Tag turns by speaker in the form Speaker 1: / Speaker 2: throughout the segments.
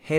Speaker 1: Hey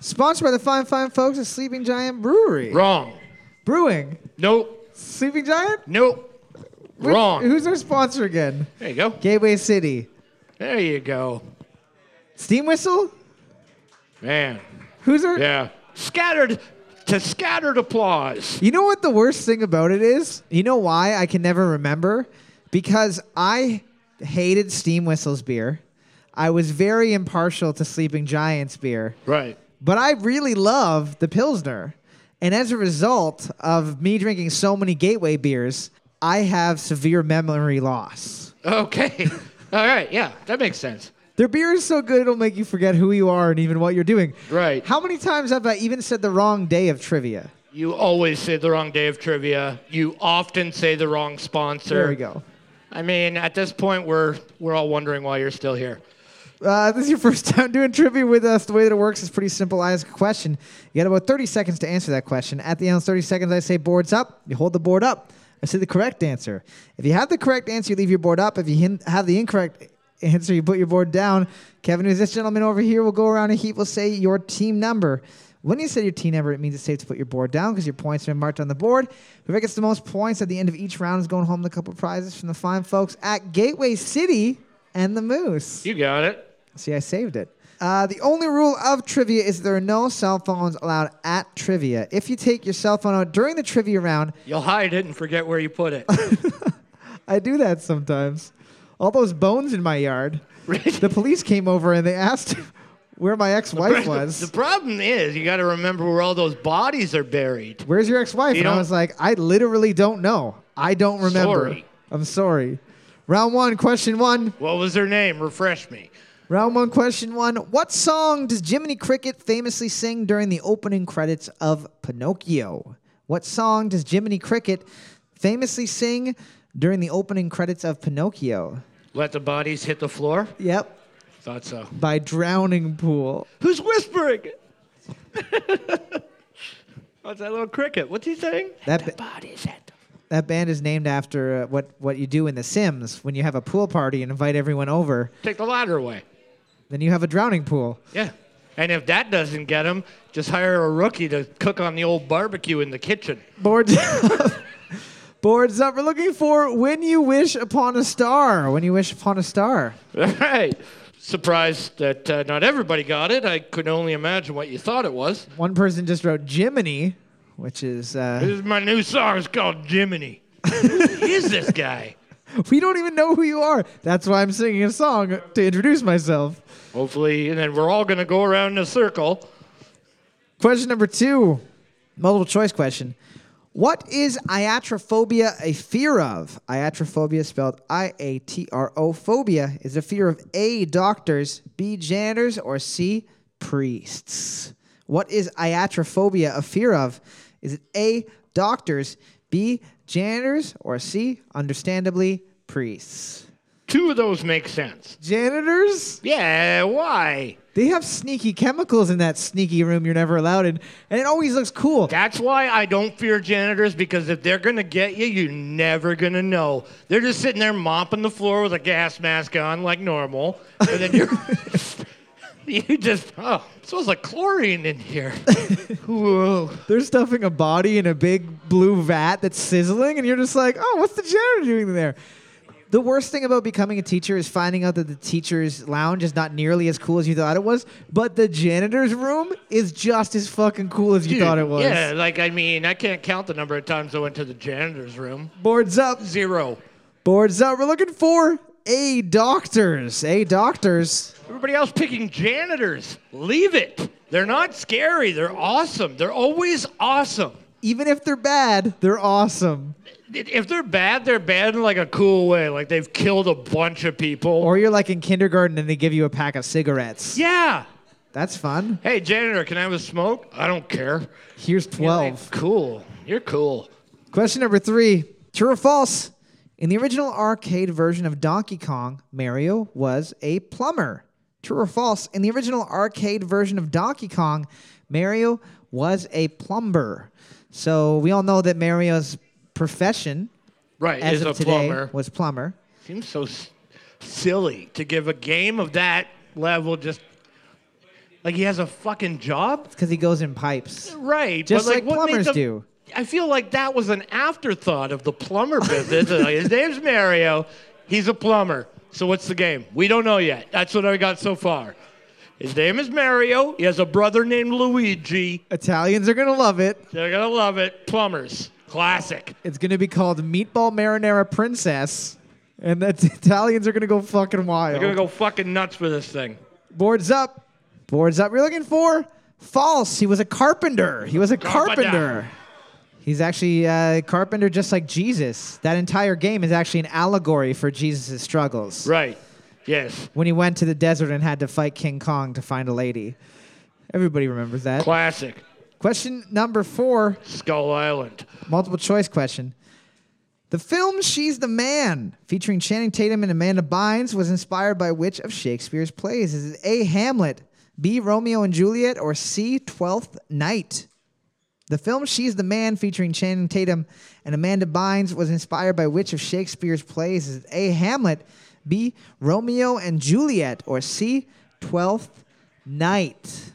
Speaker 2: sponsored by the fine, fine folks at Sleeping Giant Brewery.
Speaker 3: Wrong.
Speaker 2: Brewing.
Speaker 3: Nope.
Speaker 2: Sleeping Giant?
Speaker 3: Nope.
Speaker 2: Which-
Speaker 3: Wrong.
Speaker 2: Who's our sponsor again?
Speaker 3: there you go.
Speaker 2: Gateway City.
Speaker 3: There you go.
Speaker 2: Steam Whistle?
Speaker 3: Man.
Speaker 2: Who's our.
Speaker 3: Yeah. Scattered to scattered applause.
Speaker 2: You know what the worst thing about it is? You know why I can never remember? Because I hated Steam Whistle's beer. I was very impartial to Sleeping Giant's beer.
Speaker 3: Right.
Speaker 2: but I really love the Pilsner. And as a result of me drinking so many gateway beers, I have severe memory loss.
Speaker 3: Okay. All right. Yeah. That makes sense.
Speaker 2: Their beer is so good it'll make you forget who you are and even what you're doing.
Speaker 3: Right.
Speaker 2: How many times have I even said the wrong day of trivia?
Speaker 3: You always say the wrong day of trivia. You often say the wrong sponsor.
Speaker 2: There we go.
Speaker 3: I mean, at this point, we're we're all wondering why you're still here.
Speaker 2: Uh, if this is your first time doing trivia with us. The way that it works is pretty simple. I ask a question. You got about 30 seconds to answer that question. At the end of 30 seconds, I say boards up. You hold the board up. I say the correct answer. If you have the correct answer, you leave your board up. If you hin- have the incorrect answer, you put your board down. Kevin, who's this gentleman over here, will go around and he will say your team number. When you say your team number, it means it's safe to put your board down because your points have been marked on the board. Whoever gets the most points at the end of each round is going home with a couple prizes from the fine folks at Gateway City and the Moose.
Speaker 3: You got it.
Speaker 2: See, I saved it. Uh, the only rule of trivia is there are no cell phones allowed at trivia. If you take your cell phone out during the trivia round,
Speaker 3: You'll hide it and forget where you put it.
Speaker 2: I do that sometimes. All those bones in my yard. the police came over and they asked where my ex-wife
Speaker 3: The
Speaker 2: was.
Speaker 3: problem is, you got to remember where all those bodies are buried.
Speaker 2: Where's your ex-wife?
Speaker 3: You
Speaker 2: And I
Speaker 3: don't-
Speaker 2: was like, I literally don't know. I don't remember.
Speaker 3: Sorry.
Speaker 2: I'm sorry. Round one, question one.
Speaker 3: What was their name? Refresh me.
Speaker 2: Round one, question one. What song does Jiminy Cricket famously sing during the opening credits of Pinocchio? What song does Jiminy Cricket famously sing during the opening credits of Pinocchio?
Speaker 3: Let the bodies hit the floor.
Speaker 2: Yep.
Speaker 3: Thought so.
Speaker 2: By Drowning Pool.
Speaker 3: Who's whispering? What's that little cricket? What's he saying?
Speaker 2: That
Speaker 3: the
Speaker 2: bit-
Speaker 3: body's at the.
Speaker 2: That band is named after uh, what, what you do in The Sims when you have a pool party and invite everyone over.
Speaker 3: Take the ladder away.
Speaker 2: Then you have a drowning pool.
Speaker 3: Yeah. And if that doesn't get him, just hire a rookie to cook on the old barbecue in the kitchen.
Speaker 2: Boards up. Boards up. We're looking for When You Wish Upon a Star. When You Wish Upon a Star.
Speaker 3: All right. Surprised that uh, not everybody got it. I could only imagine what you thought it was.
Speaker 2: One person just wrote Jiminy, which is
Speaker 3: This
Speaker 2: uh,
Speaker 3: is my new song. It's called Jiminy. Who is this guy?
Speaker 2: we don't even know who you are. That's why I'm singing a song to introduce myself.
Speaker 3: Hopefully, and then we're all going to go around in a circle.
Speaker 2: Question number two, multiple choice question. What is iatrophobia a fear of? Iatrophobia, spelled I A T R O phobia, is a fear of A, doctors, B, janitors, or C, priests. What is iatrophobia a fear of? Is it A, doctors, B, janitors, or C, understandably, priests?
Speaker 3: Two of those make sense.
Speaker 2: Janitors?
Speaker 3: Yeah, why?
Speaker 2: They have sneaky chemicals in that sneaky room you're never allowed in, and it always looks cool.
Speaker 3: That's why I don't fear janitors because if they're gonna get you, you're never gonna know. They're just sitting there mopping the floor with a gas mask on like normal, and then you're you just oh, it smells like chlorine in here. Whoa.
Speaker 2: They're stuffing a body in a big blue vat that's sizzling, and you're just like, oh, what's the janitor doing there? The worst thing about becoming a teacher is finding out that the teacher's lounge is not nearly as cool as you thought it was, but the janitor's room is just as fucking cool as you
Speaker 3: Dude,
Speaker 2: thought it was.
Speaker 3: Yeah, like I mean, I can't count the number of times I went to the janitor's room.
Speaker 2: Boards up,
Speaker 3: Zero.
Speaker 2: boards up. We're looking for A doctors. A doctors.
Speaker 3: Everybody else picking janitors. Leave it. They're not scary. They're awesome. They're always awesome.
Speaker 2: Even if they're bad, they're awesome.
Speaker 3: If they're bad, they're bad in like a cool way. Like they've killed a bunch of people.
Speaker 2: Or you're like in kindergarten and they give you a pack of cigarettes.
Speaker 3: yeah.
Speaker 2: That's fun.
Speaker 3: Hey, janitor, can I have a smoke? I don't care.
Speaker 2: Here's
Speaker 3: You're like,
Speaker 2: 12.
Speaker 3: cool. You're cool.
Speaker 2: Question number three True or false? In the original arcade version of Donkey Kong, Mario was a plumber. True or false? In the original arcade version of Donkey Kong, Mario was a plumber. So we all know that Mario's profession
Speaker 3: Right,
Speaker 2: as
Speaker 3: is
Speaker 2: of
Speaker 3: a
Speaker 2: today
Speaker 3: plumber.
Speaker 2: was plumber.
Speaker 3: Seems so s- silly to give a game of that level just like he has a fucking job.
Speaker 2: Because he goes in pipes.
Speaker 3: Right,
Speaker 2: Just
Speaker 3: but like,
Speaker 2: like
Speaker 3: what made
Speaker 2: plumbers
Speaker 3: them-
Speaker 2: do.
Speaker 3: I feel like that was an afterthought of the plumber business. Like, His name's Mario. He's a plumber. So what's the game? We don't know yet. That's what I got so far. His name is Mario. He has a brother named Luigi.
Speaker 2: Italians are going to love it.
Speaker 3: They're gonna love it. Plumbers, classic.
Speaker 2: It's going to be called Meatball Marinara Princess. And the Italians are going to go fucking wild.
Speaker 3: They're gonna go fucking nuts for this thing.
Speaker 2: Boards up. Boards up. You're looking for false. He was a carpenter. He was a
Speaker 3: Carpenter.
Speaker 2: carpenter. He's actually uh, a carpenter just like Jesus. That entire game is actually an allegory for Jesus' struggles.
Speaker 3: Right. Yes.
Speaker 2: When he went to the desert and had to fight King Kong to find a lady. Everybody remembers that.
Speaker 3: Classic.
Speaker 2: Question number four
Speaker 3: Skull Island.
Speaker 2: Multiple choice question. The film She's the Man, featuring Channing Tatum and Amanda Bynes, was inspired by which of Shakespeare's plays? Is it A. Hamlet, B. Romeo and Juliet, or C. Twelfth Night? The film She's the Man, featuring Channing Tatum and Amanda Bynes, was inspired by which of Shakespeare's plays? Is it A. Hamlet, B. Romeo and Juliet, or C. Twelfth Night?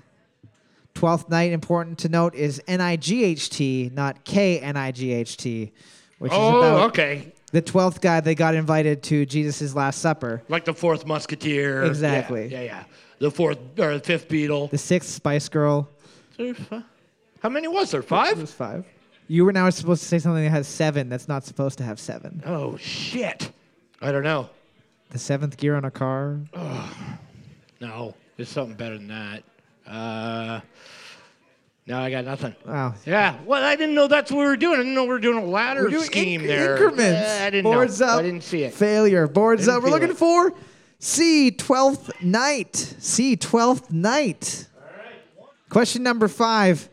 Speaker 2: Twelfth Night, important to note, is N I G H T, not K N I G H T, which is
Speaker 3: Oh,
Speaker 2: about
Speaker 3: okay.
Speaker 2: the twelfth guy that got invited to Jesus' Last Supper,
Speaker 3: Like the fourth Musketeer. Yeah,
Speaker 2: Exactly.
Speaker 3: Yeah, yeah. The fourth or the fifth Beatle.
Speaker 2: the sixth Spice Girl.
Speaker 3: How many was there?
Speaker 2: It
Speaker 3: Five?
Speaker 2: was five. You were now supposed to say something that has seven. That's not supposed to have seven.
Speaker 3: Oh shit! I don't know.
Speaker 2: The seventh gear on a car.
Speaker 3: Uh, No, there's something better than that. Uh, no, I got nothing.
Speaker 2: Wow.
Speaker 3: Yeah. Well, I didn't know that's what we were doing. I didn't know we were doing a ladder
Speaker 2: We're doing
Speaker 3: scheme
Speaker 2: inc-
Speaker 3: there.
Speaker 2: Increments.
Speaker 3: Yeah, I didn't
Speaker 2: Boards
Speaker 3: know.
Speaker 2: up.
Speaker 3: I didn't see it.
Speaker 2: Failure. Boards
Speaker 3: Didn't
Speaker 2: up. We're
Speaker 3: feel
Speaker 2: looking
Speaker 3: it.
Speaker 2: for C, 12th night. C, 12th night. Question number five.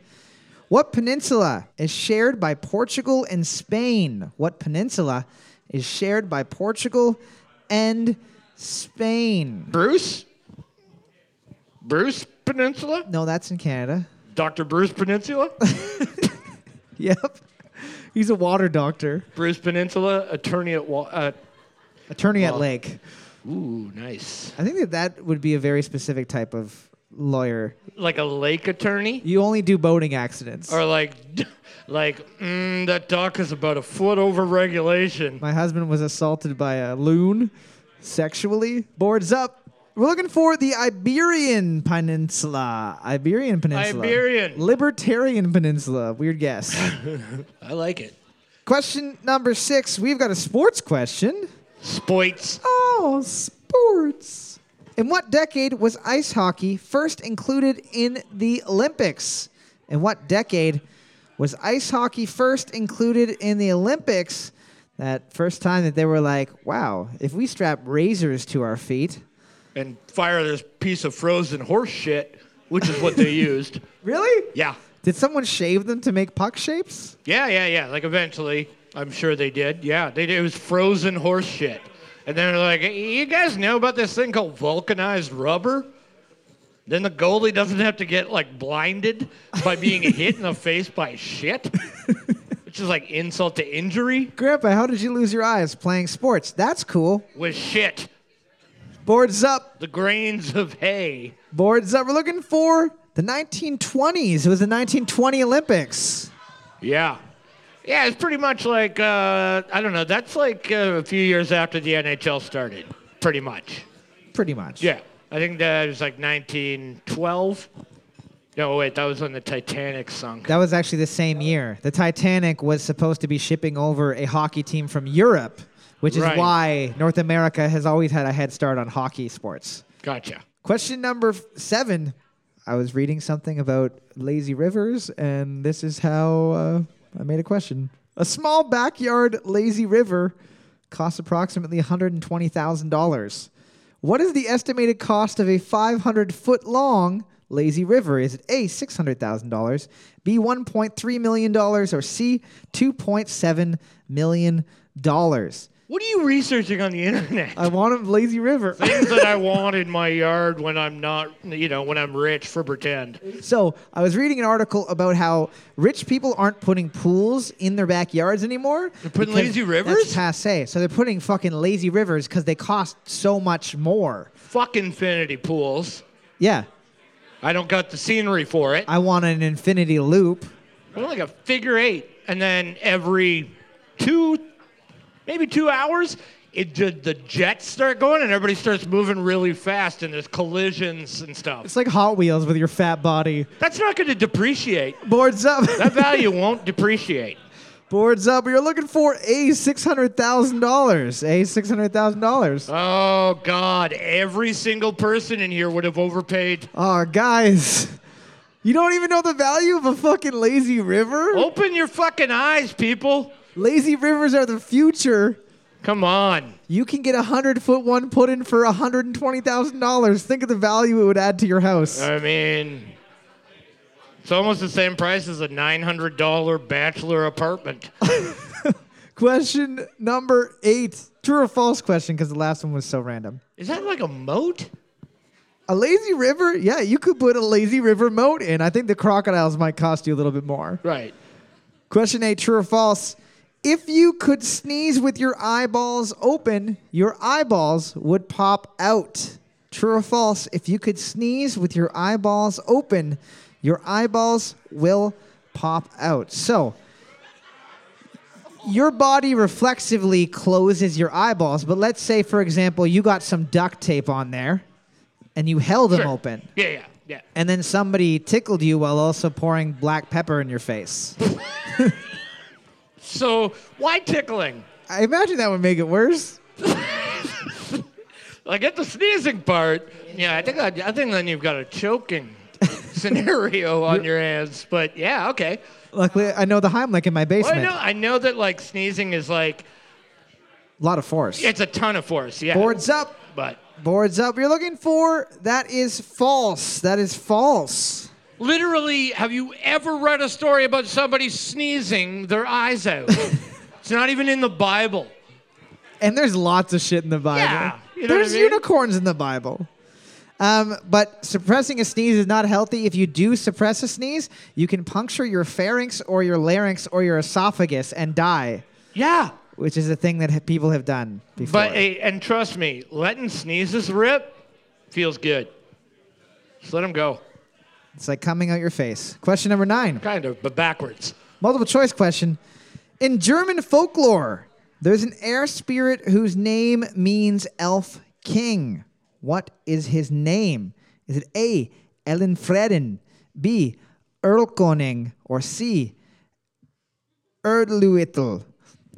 Speaker 2: What peninsula is shared by Portugal and Spain? What peninsula is shared by Portugal and Spain?
Speaker 3: Bruce. Bruce Peninsula.
Speaker 2: No, that's in Canada.
Speaker 3: Doctor Bruce Peninsula.
Speaker 2: Yep. He's a water doctor,
Speaker 3: Bruce Peninsula, attorney at Wall. Uh,
Speaker 2: attorney at
Speaker 3: Well-
Speaker 2: Lake.
Speaker 3: ooh, nice.
Speaker 2: I think that that would be a very specific type of lawyer.
Speaker 3: Like a lake attorney.
Speaker 2: You only do boating accidents.
Speaker 3: Or like, like mm, that dock is about a foot over regulation.
Speaker 2: My husband was assaulted by a loon sexually. Boards up. We're looking for the Iberian Peninsula. Iberian Peninsula.
Speaker 3: Iberian.
Speaker 2: Libertarian Peninsula. Weird guess.
Speaker 3: I like it.
Speaker 2: question number six. We've got a sports question.
Speaker 3: Spoits.
Speaker 2: Oh, sports. In what decade was ice hockey first included in the Olympics? In what decade was ice hockey first included in the Olympics? That first time that they were like, wow, if we strap razors to our feet.
Speaker 3: and fire this piece of frozen horse shit, which is what they used.
Speaker 2: Really?
Speaker 3: Yeah.
Speaker 2: Did someone shave them to make puck shapes?
Speaker 3: Yeah, yeah, yeah. Like eventually, I'm sure they did. Yeah, they did. It was frozen horse shit. And then they're like, "Hey, you guys know about this thing called vulcanized rubber? Then the goalie doesn't have to get like blinded by being hit in the face by shit, which is like insult to injury
Speaker 2: Grandpa, how did you lose your eyes playing sports? That's cool.
Speaker 3: with shit.
Speaker 2: Boards up.
Speaker 3: The grains of hay.
Speaker 2: Boards up. We're looking for the 1920s. It was the 1920 Olympics.
Speaker 3: Yeah. Yeah, it's pretty much like, uh, I don't know, that's like uh, a few years after the NHL started, pretty much.
Speaker 2: Pretty much.
Speaker 3: Yeah. I think that was like 1912. No, wait, that was when the Titanic sunk.
Speaker 2: That was actually the same year. The Titanic was supposed to be shipping over a hockey team from Europe, which is
Speaker 3: Right.
Speaker 2: why North America has always had a head start on hockey sports.
Speaker 3: Gotcha.
Speaker 2: Question number f- seven. I was reading something about lazy rivers, and this is how uh, I made a question. A small backyard lazy river costs approximately $120,000. What is the estimated cost of a 500 foot long lazy river? Is it A, $600,000, B, $1.3 million, or C, $2.7 million?
Speaker 3: What are you researching on the internet?
Speaker 2: I want a lazy river.
Speaker 3: Things that I want in my yard when I'm not, you know, when I'm rich for pretend.
Speaker 2: So I was reading an article about how rich people aren't putting pools in their backyards anymore. They're
Speaker 3: putting lazy rivers?
Speaker 2: That's passe. So they're putting fucking lazy rivers because they cost so much more.
Speaker 3: Fuck infinity pools.
Speaker 2: Yeah,
Speaker 3: I don't got the scenery for it.
Speaker 2: I want an infinity loop.
Speaker 3: I'm like a figure eight, and then every two, maybe two hours, it ju- the jets start going, and everybody starts moving really fast, and there's collisions and stuff.
Speaker 2: It's like Hot Wheels with your fat body.
Speaker 3: That's not going to depreciate.
Speaker 2: Boards up.
Speaker 3: That value won't depreciate.
Speaker 2: Boards up. You're looking for a six hundred thousand dollars. A six hundred thousand dollars.
Speaker 3: Oh God! Every single person in here would have overpaid.
Speaker 2: Oh, guys, you don't even know the value of a fucking lazy river.
Speaker 3: Open your fucking eyes, people.
Speaker 2: Lazy rivers are the future.
Speaker 3: Come on.
Speaker 2: You can get a hundred foot one put in for hundred and twenty thousand dollars. Think of the value it would add to your house.
Speaker 3: I mean, it's almost the same price as a $900 bachelor apartment.
Speaker 2: Question number eight: True or false? Question, because the last one was so random.
Speaker 3: Is that like a moat?
Speaker 2: A lazy river? Yeah, you could put a lazy river moat in. I think the crocodiles might cost you a little bit more.
Speaker 3: Right.
Speaker 2: Question eight: True or false? If you could sneeze with your eyeballs open, your eyeballs would pop out. True or false? If you could sneeze with your eyeballs open, your eyeballs will pop out. So, your body reflexively closes your eyeballs, but let's say, for example, you got some duct tape on there and you held them
Speaker 3: Sure.
Speaker 2: open,
Speaker 3: Yeah, yeah, yeah.
Speaker 2: and then somebody tickled you while also pouring black pepper in your face.
Speaker 3: So, why tickling?
Speaker 2: I imagine that would make it worse.
Speaker 3: I get the sneezing part. Yeah, I think I, I think then you've got a choking scenario on your hands. But yeah, okay.
Speaker 2: Luckily, I know the Heimlich in my
Speaker 3: Well, I
Speaker 2: basement.
Speaker 3: know I know that like sneezing is like
Speaker 2: A lot of force.
Speaker 3: it's a ton of force. Yeah.
Speaker 2: Boards up.
Speaker 3: But
Speaker 2: Boards up. You're looking for. That is false. That is false.
Speaker 3: Literally, have you ever read a story about somebody sneezing their eyes out? it's not even in the Bible.
Speaker 2: And there's lots of shit in the Bible.
Speaker 3: Yeah, you know what I
Speaker 2: there's
Speaker 3: mean?
Speaker 2: unicorns in the Bible. Um, but suppressing a sneeze is not healthy. If you do suppress a sneeze, you can puncture your pharynx or your larynx or your esophagus and die,
Speaker 3: Yeah.
Speaker 2: which is a thing that ha- people have done before.
Speaker 3: But hey, and trust me, letting sneezes rip feels good. Just let them go,
Speaker 2: it's like coming out your face. Question number nine.
Speaker 3: kind of, but backwards.
Speaker 2: Multiple choice question. In German folklore, there's an air spirit whose name means elf king. What is his name? Is it A. Ellenfreden, B. Erlkoning, or C. Erdluitl?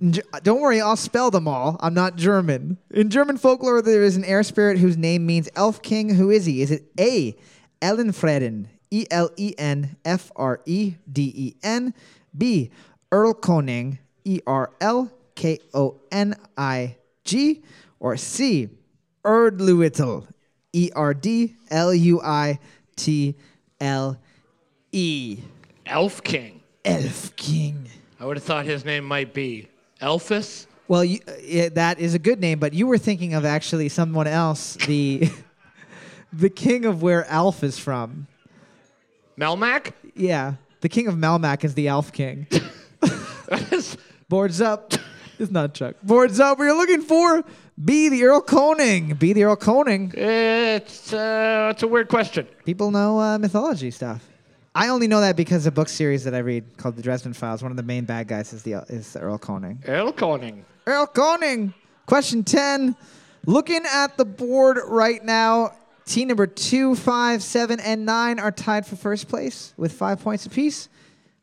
Speaker 2: In Ge- Don't worry, I'll spell them all. I'm not German. In German folklore, there is an air spirit whose name means elf king. Who is he? Is it A. Ellenfreden, E L E N F R E D E N, B. Erlkoning, E R L K O N I G, or C. Erdluitl, E R D L U I T L E.
Speaker 3: Elf King.
Speaker 2: Elf king.
Speaker 3: I would have thought his name might be Elphus.
Speaker 2: Well, you, uh, yeah, that is a good name, but you were thinking of actually someone else, the the king of where Alf is from.
Speaker 3: Melmac?
Speaker 2: Yeah, the king of Malmac is the Alf king. Boards up. It's not Chuck. Boards up. We're looking for B, the Earl Coning. B, the Earl Coning.
Speaker 3: it's, uh, it's a weird question.
Speaker 2: People know uh, mythology stuff. I only know that because a book series that I read called The Dresden Files. One of the main bad guys is the is the Earl Coning.
Speaker 3: Elconing.
Speaker 2: Earl Coning. Question 10. Looking at the board right now, team number two, five, seven, and 9 are tied for first place with five points apiece.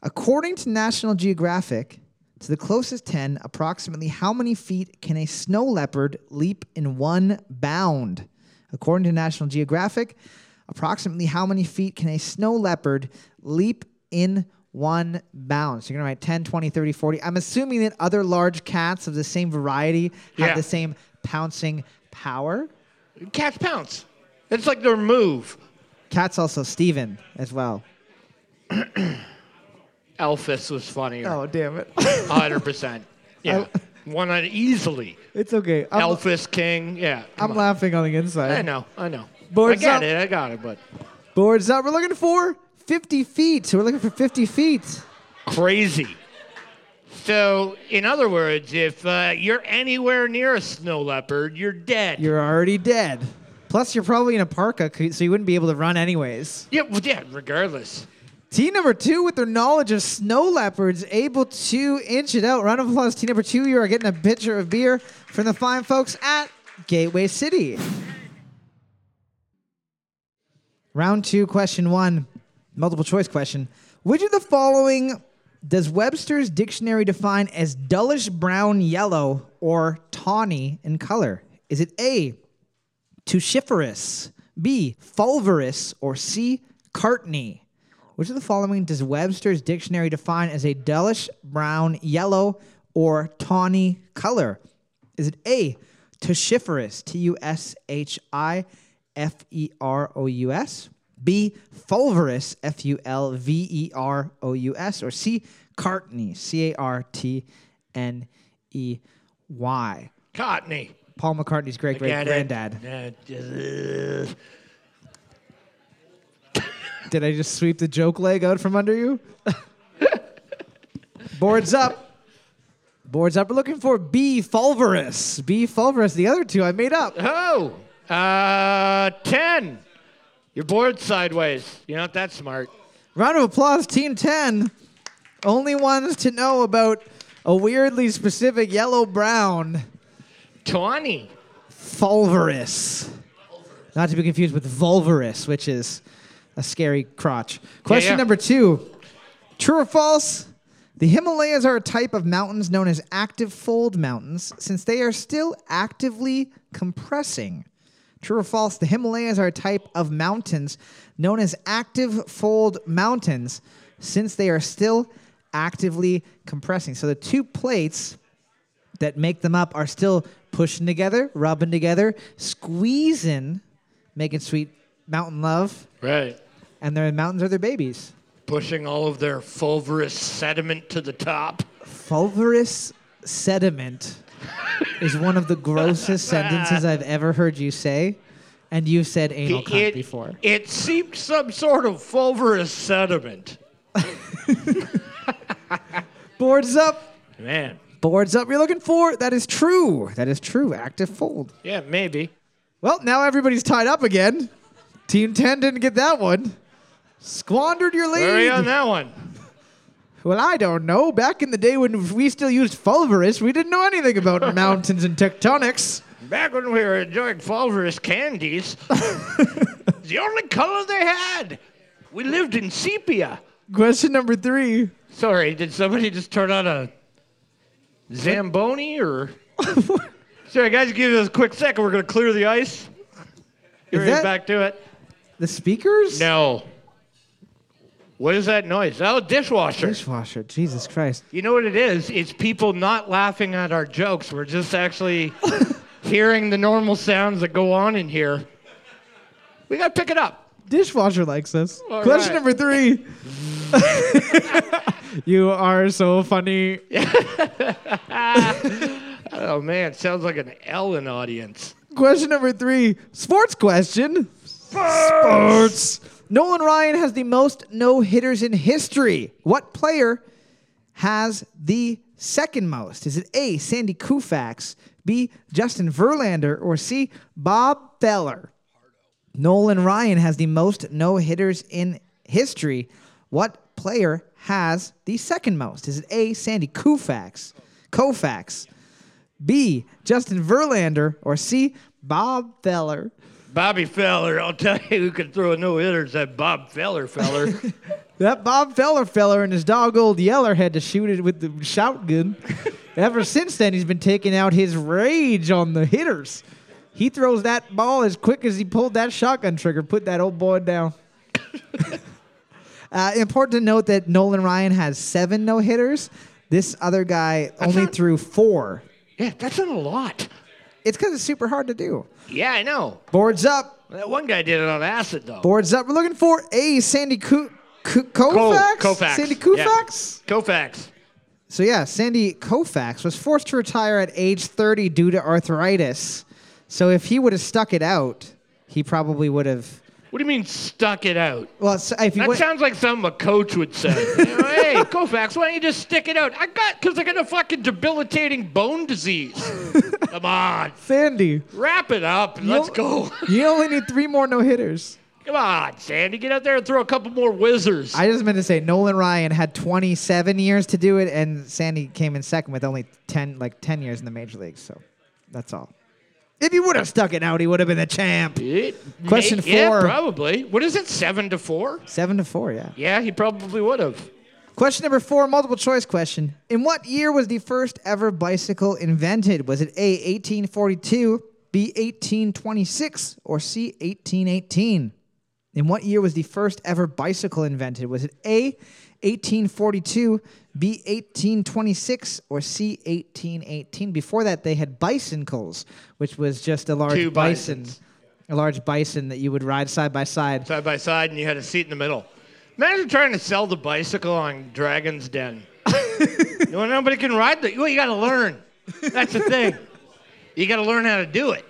Speaker 2: According to National Geographic, to the closest 10, approximately how many feet can a snow leopard leap in one bound? According to National Geographic, approximately how many feet can a snow leopard leap in one bound? So you're going to write 10, 20, 30, 40. I'm assuming that other large cats of the same variety have
Speaker 3: Yeah.
Speaker 2: the same pouncing power.
Speaker 3: Cats pounce. It's like their move.
Speaker 2: Cat's also Steven as well.
Speaker 3: Elvis was funnier.
Speaker 2: damn it.
Speaker 3: 100%. Yeah. Won it easily.
Speaker 2: it's okay. I'm,
Speaker 3: Elvis King. Yeah. come
Speaker 2: I'm
Speaker 3: on.
Speaker 2: laughing on the inside.
Speaker 3: I know. I know.
Speaker 2: Boards
Speaker 3: I got
Speaker 2: up.
Speaker 3: it. I got it. But
Speaker 2: Boards up. We're looking for 50 feet. So we're looking for 50 feet.
Speaker 3: crazy. So, in other words, if uh, you're anywhere near a snow leopard, you're dead.
Speaker 2: You're already dead. Plus, you're probably in a parka, c- so you wouldn't be able to run anyways.
Speaker 3: yeah, well, yeah, regardless.
Speaker 2: Team number two, with their knowledge of snow leopards, able to inch it out. Round of applause, team number two. You are getting a pitcher of beer from the fine folks at Gateway City. Round two, question one, multiple choice question. Which of the following does Webster's dictionary define as dullish brown yellow or tawny in color? Is it A, Tuchiferous, B, Fulvurous, or C, Cartney? Which of the following does Webster's dictionary define as a dullish brown, yellow, or tawny color? Is it A, Tuchiferous, T U S H I F E R O U S? B, Fulvurous, F U L V E R O U S? Or C, Cartney, C A R T N E Y?
Speaker 3: Cottony.
Speaker 2: Paul McCartney's great great
Speaker 3: Get it? Uh,
Speaker 2: granddad.
Speaker 3: Yeah, just- ugh.
Speaker 2: Did I just sweep the joke leg out from under you? Boards up. Boards up. We're looking for B. Fulverus. B. Fulverus. The other two I made up.
Speaker 3: Oh, uh, 10. You're bored sideways. You're not that smart.
Speaker 2: Round of applause, Team 10. Only ones to know about a weirdly specific yellow brown
Speaker 3: Tawny.
Speaker 2: Fulverus. Not to be confused with Vulverus, which is a scary crotch. Question
Speaker 3: yeah.
Speaker 2: number two True or false? The Himalayas are a type of mountains known as active fold mountains since they are still actively compressing. True or false? The Himalayas are a type of mountains known as active fold mountains since they are still actively compressing. So the two plates that make them up are still pushing together, rubbing together, squeezing, making sweet mountain love,
Speaker 3: Right.
Speaker 2: and their mountains are their babies.
Speaker 3: Pushing all of their fulvous sediment to the top.
Speaker 2: Fulvurous sediment is one of the grossest sentences I've ever heard you say, and you've said anal cunt
Speaker 3: it,
Speaker 2: before.
Speaker 3: It seemed some sort of fulvous sediment.
Speaker 2: Boards up.
Speaker 3: Man.
Speaker 2: Boards up. You're looking for. That is true. That is true. Active fold.
Speaker 3: Yeah, maybe.
Speaker 2: Well, now everybody's tied up again. Team 10 didn't get that one. Squandered your lead.
Speaker 3: Where are you on that one?
Speaker 2: Well, I don't know. Back in the day when we still used Fulvurus, we didn't know anything about mountains and tectonics.
Speaker 3: Back when we were enjoying fulvous candies, it's the only color they had. We lived in sepia.
Speaker 2: Question number three.
Speaker 3: Sorry, did somebody just turn on a Zamboni or? Sorry, guys, give us a quick second. We're gonna clear the ice. You're
Speaker 2: that-
Speaker 3: back to it.
Speaker 2: The speakers?
Speaker 3: No. What is that noise? Oh, dishwasher.
Speaker 2: Dishwasher. Jesus Christ.
Speaker 3: You know what it is? It's people not laughing at our jokes. We're just actually hearing the normal sounds that go on in here. We gotta pick it up.
Speaker 2: Dishwasher likes us.
Speaker 3: All
Speaker 2: Question
Speaker 3: right.
Speaker 2: number three. you are so funny.
Speaker 3: Oh man, sounds like an Ellen audience.
Speaker 2: Question number three. Sports question. Sports. Nolan Ryan has the most no hitters in history. What player has the second most? Is it A, Sandy Koufax, B, Justin Verlander, or C, Bob Feller? Nolan Ryan has the most no hitters in history. What player has the second most? Is it A, Sandy Koufax, Koufax, B, Justin Verlander, or C, Bob Feller?
Speaker 3: Bobby Feller, I'll tell you who can throw a no hitter is that Bob Feller feller.
Speaker 2: That Bob Feller feller and his dog old Yeller had to shoot it with the shotgun. Ever since then, he's been taking out his rage on the hitters. He throws that ball as quick as he pulled that shotgun trigger, put that old boy down. uh, important to note that Nolan Ryan has seven no hitters. This other guy only
Speaker 3: not-
Speaker 2: threw four.
Speaker 3: yeah, that's not a lot.
Speaker 2: It's because it's super hard to do.
Speaker 3: Yeah, I know.
Speaker 2: Boards up.
Speaker 3: That one guy did it on acid, though.
Speaker 2: Boards up. We're looking for a Sandy Co- Co- Koufax.
Speaker 3: Cole, Koufax,
Speaker 2: Sandy
Speaker 3: yeah.
Speaker 2: Koufax.
Speaker 3: Kofax.
Speaker 2: So yeah, Sandy Koufax was forced to retire at age 30 due to arthritis. So if he would have stuck it out, he probably would have.
Speaker 3: What do you mean stuck it out?
Speaker 2: Well, so if he
Speaker 3: That
Speaker 2: went,
Speaker 3: sounds like something a coach would say. You know, hey, Kofax, why don't you just stick it out? I got, because I got a fucking debilitating bone disease. Come on,
Speaker 2: Sandy,
Speaker 3: wrap it up. and Let's go.
Speaker 2: you only need three more no hitters.
Speaker 3: Come on, Sandy, get out there and throw a couple more whizzers.
Speaker 2: I just meant to say Nolan Ryan had 27 years to do it, and Sandy came in second with only 10, like 10 years in the major leagues. So that's all. If he would have stuck it out, he would have been the champ.
Speaker 3: It
Speaker 2: Question
Speaker 3: may- Yeah,
Speaker 2: four.
Speaker 3: probably. What is it? Seven to four?
Speaker 2: Seven to four, yeah.
Speaker 3: Yeah, he probably would have.
Speaker 2: Question number four, multiple choice question. In what year was the first ever bicycle invented? Was it A, 1842, B, 1826, or C, 1818? In what year was the first ever bicycle invented? Was it A, 1842, B, 1826, or C, 1818? Before that, they had bicycles, which was just a large
Speaker 3: Two
Speaker 2: bison,
Speaker 3: bisons.
Speaker 2: a large bison that you would ride side by side.
Speaker 3: Side by side, and you had a seat in the middle. Imagine trying to sell the bicycle on Dragon's Den. you know, nobody can ride the. Well, you got to learn. That's the thing. You got to learn how to do it.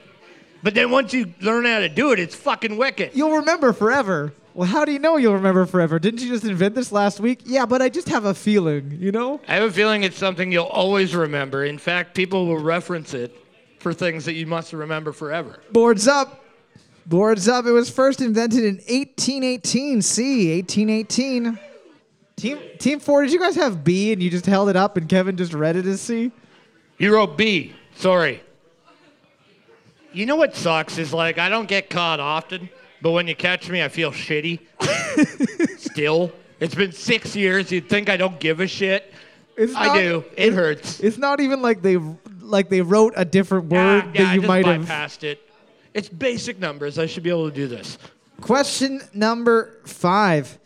Speaker 3: But then once you learn how to do it, it's fucking wicked.
Speaker 2: You'll remember forever. Well, how do you know you'll remember forever? Didn't you just invent this last week? Yeah, but I just have a feeling, you know?
Speaker 3: I have a feeling it's something you'll always remember. In fact, people will reference it for things that you must remember forever.
Speaker 2: Boards up. Boards up. It was first invented in 1818. C, 1818. Team Team 4, did you guys have B and you just held it up and Kevin just read it as C?
Speaker 3: You wrote B. Sorry. You know what sucks is like I don't get caught often, but when you catch me, I feel shitty. Still, it's been six years. You'd think I don't give a shit.
Speaker 2: It's
Speaker 3: I
Speaker 2: not-
Speaker 3: do. It hurts.
Speaker 2: It's not even like they like they wrote a different
Speaker 3: Ah,
Speaker 2: word
Speaker 3: yeah,
Speaker 2: that you
Speaker 3: I just
Speaker 2: might have.
Speaker 3: bypassed it. It's basic numbers. I should be able to do this.
Speaker 2: Question number five.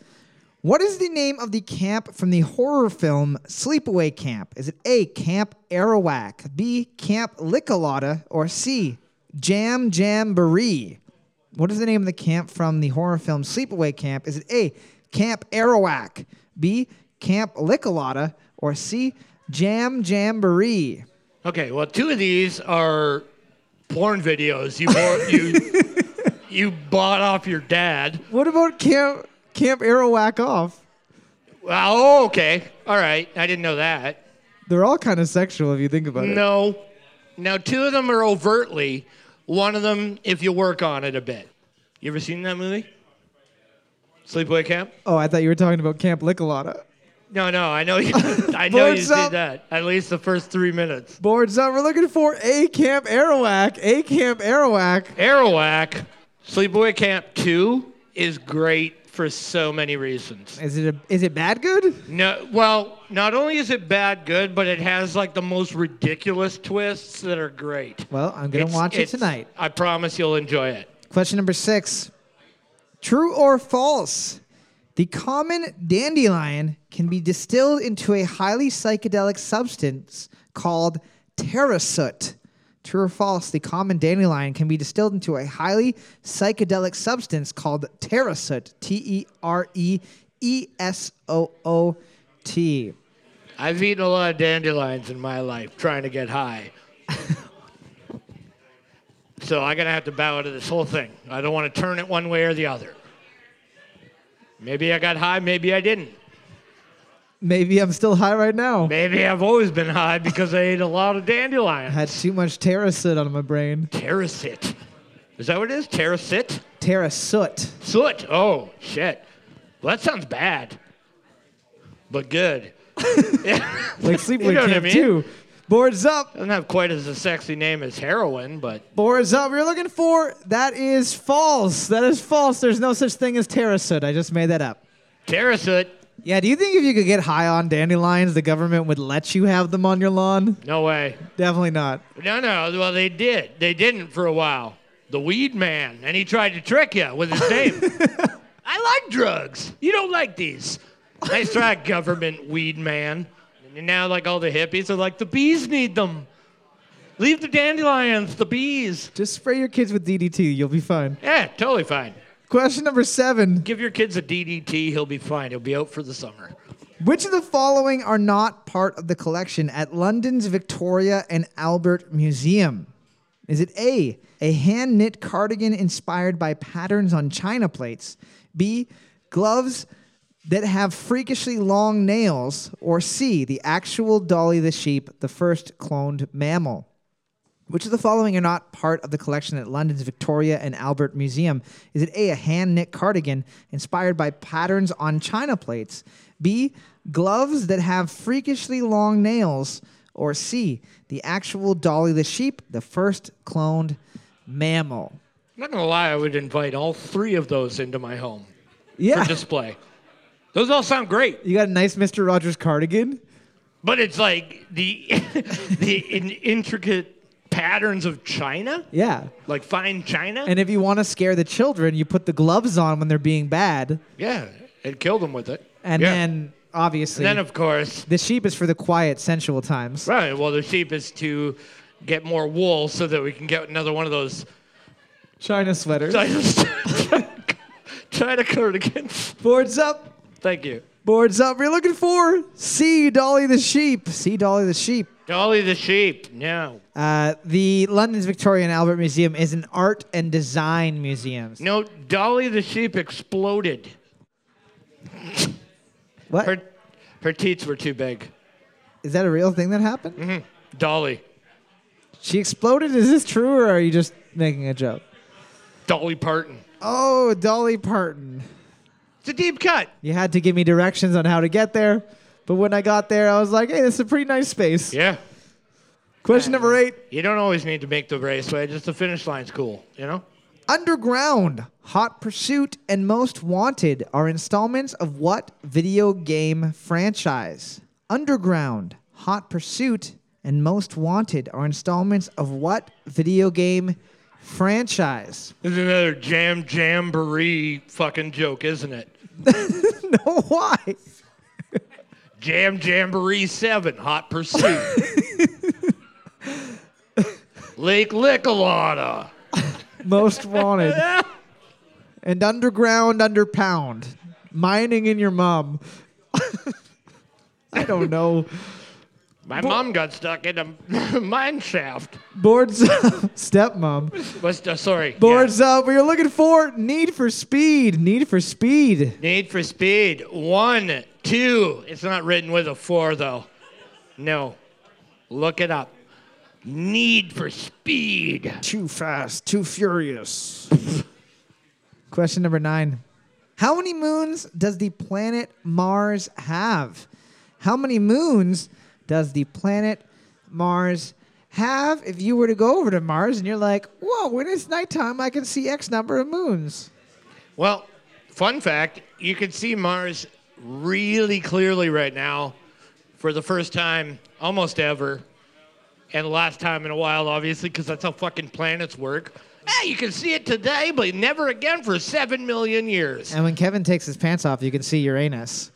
Speaker 2: What is the name of the camp from the horror film Sleepaway Camp? Is it A, Camp Arawak, B, Camp Lickalata, or C, Jam Jamboree? What is the name of the camp from the horror film Sleepaway Camp? Is it A, Camp Arawak, B, Camp Lickalata, or C, Jam Jamboree?
Speaker 3: Okay, well, two of these are porn videos you bought, you you bought off your dad.
Speaker 2: What about Camp Camp Arawak off?
Speaker 3: Well, oh, okay, all right. I didn't know that.
Speaker 2: They're all kind of sexual if you think about it.
Speaker 3: No. Now, two of them are overtly. One of them, if you work on it a bit. You ever seen that movie? Sleepaway Camp?
Speaker 2: Oh, I thought you were talking about Camp Lickalata.
Speaker 3: No, no. I know. You, I know you
Speaker 2: Boards
Speaker 3: did
Speaker 2: up.
Speaker 3: that. At least the first three minutes.
Speaker 2: Boards up. We're looking for a Camp Arawak. A Camp Arawak.
Speaker 3: Arawak, Sleepaway Camp Two is great for so many reasons.
Speaker 2: Is it a, is it bad good?
Speaker 3: No, well, not only is it bad good, but it has like the most ridiculous twists that are great.
Speaker 2: Well, I'm gonna
Speaker 3: It's-
Speaker 2: watch it
Speaker 3: it's-
Speaker 2: tonight.
Speaker 3: I promise you'll enjoy it.
Speaker 2: Question number six: True or false? The common dandelion can be distilled into a highly psychedelic substance called terasut. True or false? The common dandelion can be distilled into a highly psychedelic substance called terasut. T e r e e s o o t.
Speaker 3: I've eaten a lot of dandelions in my life trying to get high. so I'm going to have to bow out of this whole thing. I don't want to turn it one way or the other. Maybe I got high, maybe I didn't.
Speaker 2: Maybe I'm still high right now.
Speaker 3: Maybe I've always been high because I ate a lot of dandelion.
Speaker 2: had too much terracit on my brain.
Speaker 3: Terracit. Is that what it is? Terracit?
Speaker 2: Terrasut.
Speaker 3: Soot. Oh, shit. Well, that sounds bad, but good.
Speaker 2: Like Sleepaway
Speaker 3: You know what I
Speaker 2: Camp
Speaker 3: mean?
Speaker 2: 2. Boards up.
Speaker 3: Doesn't have quite as a sexy name as heroin, but
Speaker 2: Boards up. You're looking for. That is false. That is false. There's no such thing as terracit. I just made that up.
Speaker 3: Terracit.
Speaker 2: Yeah, do you think if you could get high on dandelions, the government would let you have them on your lawn?
Speaker 3: No way.
Speaker 2: Definitely not.
Speaker 3: No, no. Well, they did. They didn't for a while. The weed man, and he tried to trick you with his name. I like drugs. You don't like these. Nice try, government weed man. And now, like all the hippies are like, the bees need them. Leave the dandelions, the bees.
Speaker 2: Just spray your kids with DDT. You'll be fine.
Speaker 3: Yeah, totally fine.
Speaker 2: Question number seven.
Speaker 3: Give your kids a DDT, he'll be fine. He'll be out for the summer.
Speaker 2: Which of the following are not part of the collection at London's Victoria and Albert Museum? Is it A, a hand knit cardigan inspired by patterns on china plates? B, gloves that have freakishly long nails? Or C, the actual Dolly the sheep, the first cloned mammal? Which of the following are not part of the collection at London's Victoria and Albert Museum? Is it A, a hand knit cardigan inspired by patterns on china plates? B, gloves that have freakishly long nails? Or C, the actual Dolly the sheep, the first cloned mammal?
Speaker 3: I'm not gonna lie, I would invite all three of those into my home
Speaker 2: Yeah.
Speaker 3: for display. Those all sound great,
Speaker 2: you got a nice Mr. Rogers cardigan?
Speaker 3: but it's like the the in- intricate patterns of China,
Speaker 2: Yeah.
Speaker 3: like fine China.
Speaker 2: And if you want to scare the children, you put the gloves on when they're being bad.
Speaker 3: yeah, and kill them with it.
Speaker 2: And
Speaker 3: Yeah.
Speaker 2: then, obviously,
Speaker 3: And then of course,
Speaker 2: the sheep is for the quiet, sensual times.
Speaker 3: right. Well, the sheep is to get more wool so that we can get another one of those
Speaker 2: China sweaters.
Speaker 3: China cardigans.
Speaker 2: Boards up.
Speaker 3: Thank you.
Speaker 2: Boards up. We're looking for C. Dolly the sheep. C. Dolly the sheep.
Speaker 3: Dolly the sheep. No.
Speaker 2: Uh, the London's Victoria and Albert Museum is an art and design museum.
Speaker 3: No, Dolly the sheep exploded.
Speaker 2: What?
Speaker 3: Her, her teats were too big.
Speaker 2: Is that a real thing that happened?
Speaker 3: Dolly.
Speaker 2: She exploded. Is this true, or are you just making a joke?
Speaker 3: Dolly Parton.
Speaker 2: Oh, Dolly Parton.
Speaker 3: It's a deep cut.
Speaker 2: You had to give me directions on how to get there, but when I got there, I was like, "Hey, this is a pretty nice space."
Speaker 3: Yeah.
Speaker 2: Question number eight.
Speaker 3: You don't always need to make the raceway, just the finish line's cool, you know?
Speaker 2: Underground, Hot Pursuit, and Most Wanted are installments of what video game franchise? Underground, Hot Pursuit, and Most Wanted are installments of what video game franchise?
Speaker 3: This is another jam jamboree fucking joke, isn't it?
Speaker 2: no, why?
Speaker 3: Jam Jamboree 7, Hot Pursuit. Lake Licolana.
Speaker 2: Most Wanted. and Underground, Underpound. Mining in your mom. I don't know.
Speaker 3: My mom got stuck in a mine shaft.
Speaker 2: Boards up. Stepmom.
Speaker 3: What's the, sorry. yeah.
Speaker 2: Boards up. We are looking for Need for Speed. Need for Speed.
Speaker 3: Need for Speed. One, two. It's not written with a four, though. No. Look it up. Need for Speed.
Speaker 2: Too fast, too furious. Question number nine How many moons does the planet Mars have? How many moons does the planet Mars have? If you were to go over to Mars and you're like, whoa, when it's nighttime, I can see X number of moons.
Speaker 3: Well, fun fact you can see Mars really clearly right now for the first time almost ever. And the last time in a while, obviously, because that's how fucking planets work. Ah, you can see it today, but never again for seven million years.
Speaker 2: And when Kevin takes his pants off, you can see Uranus.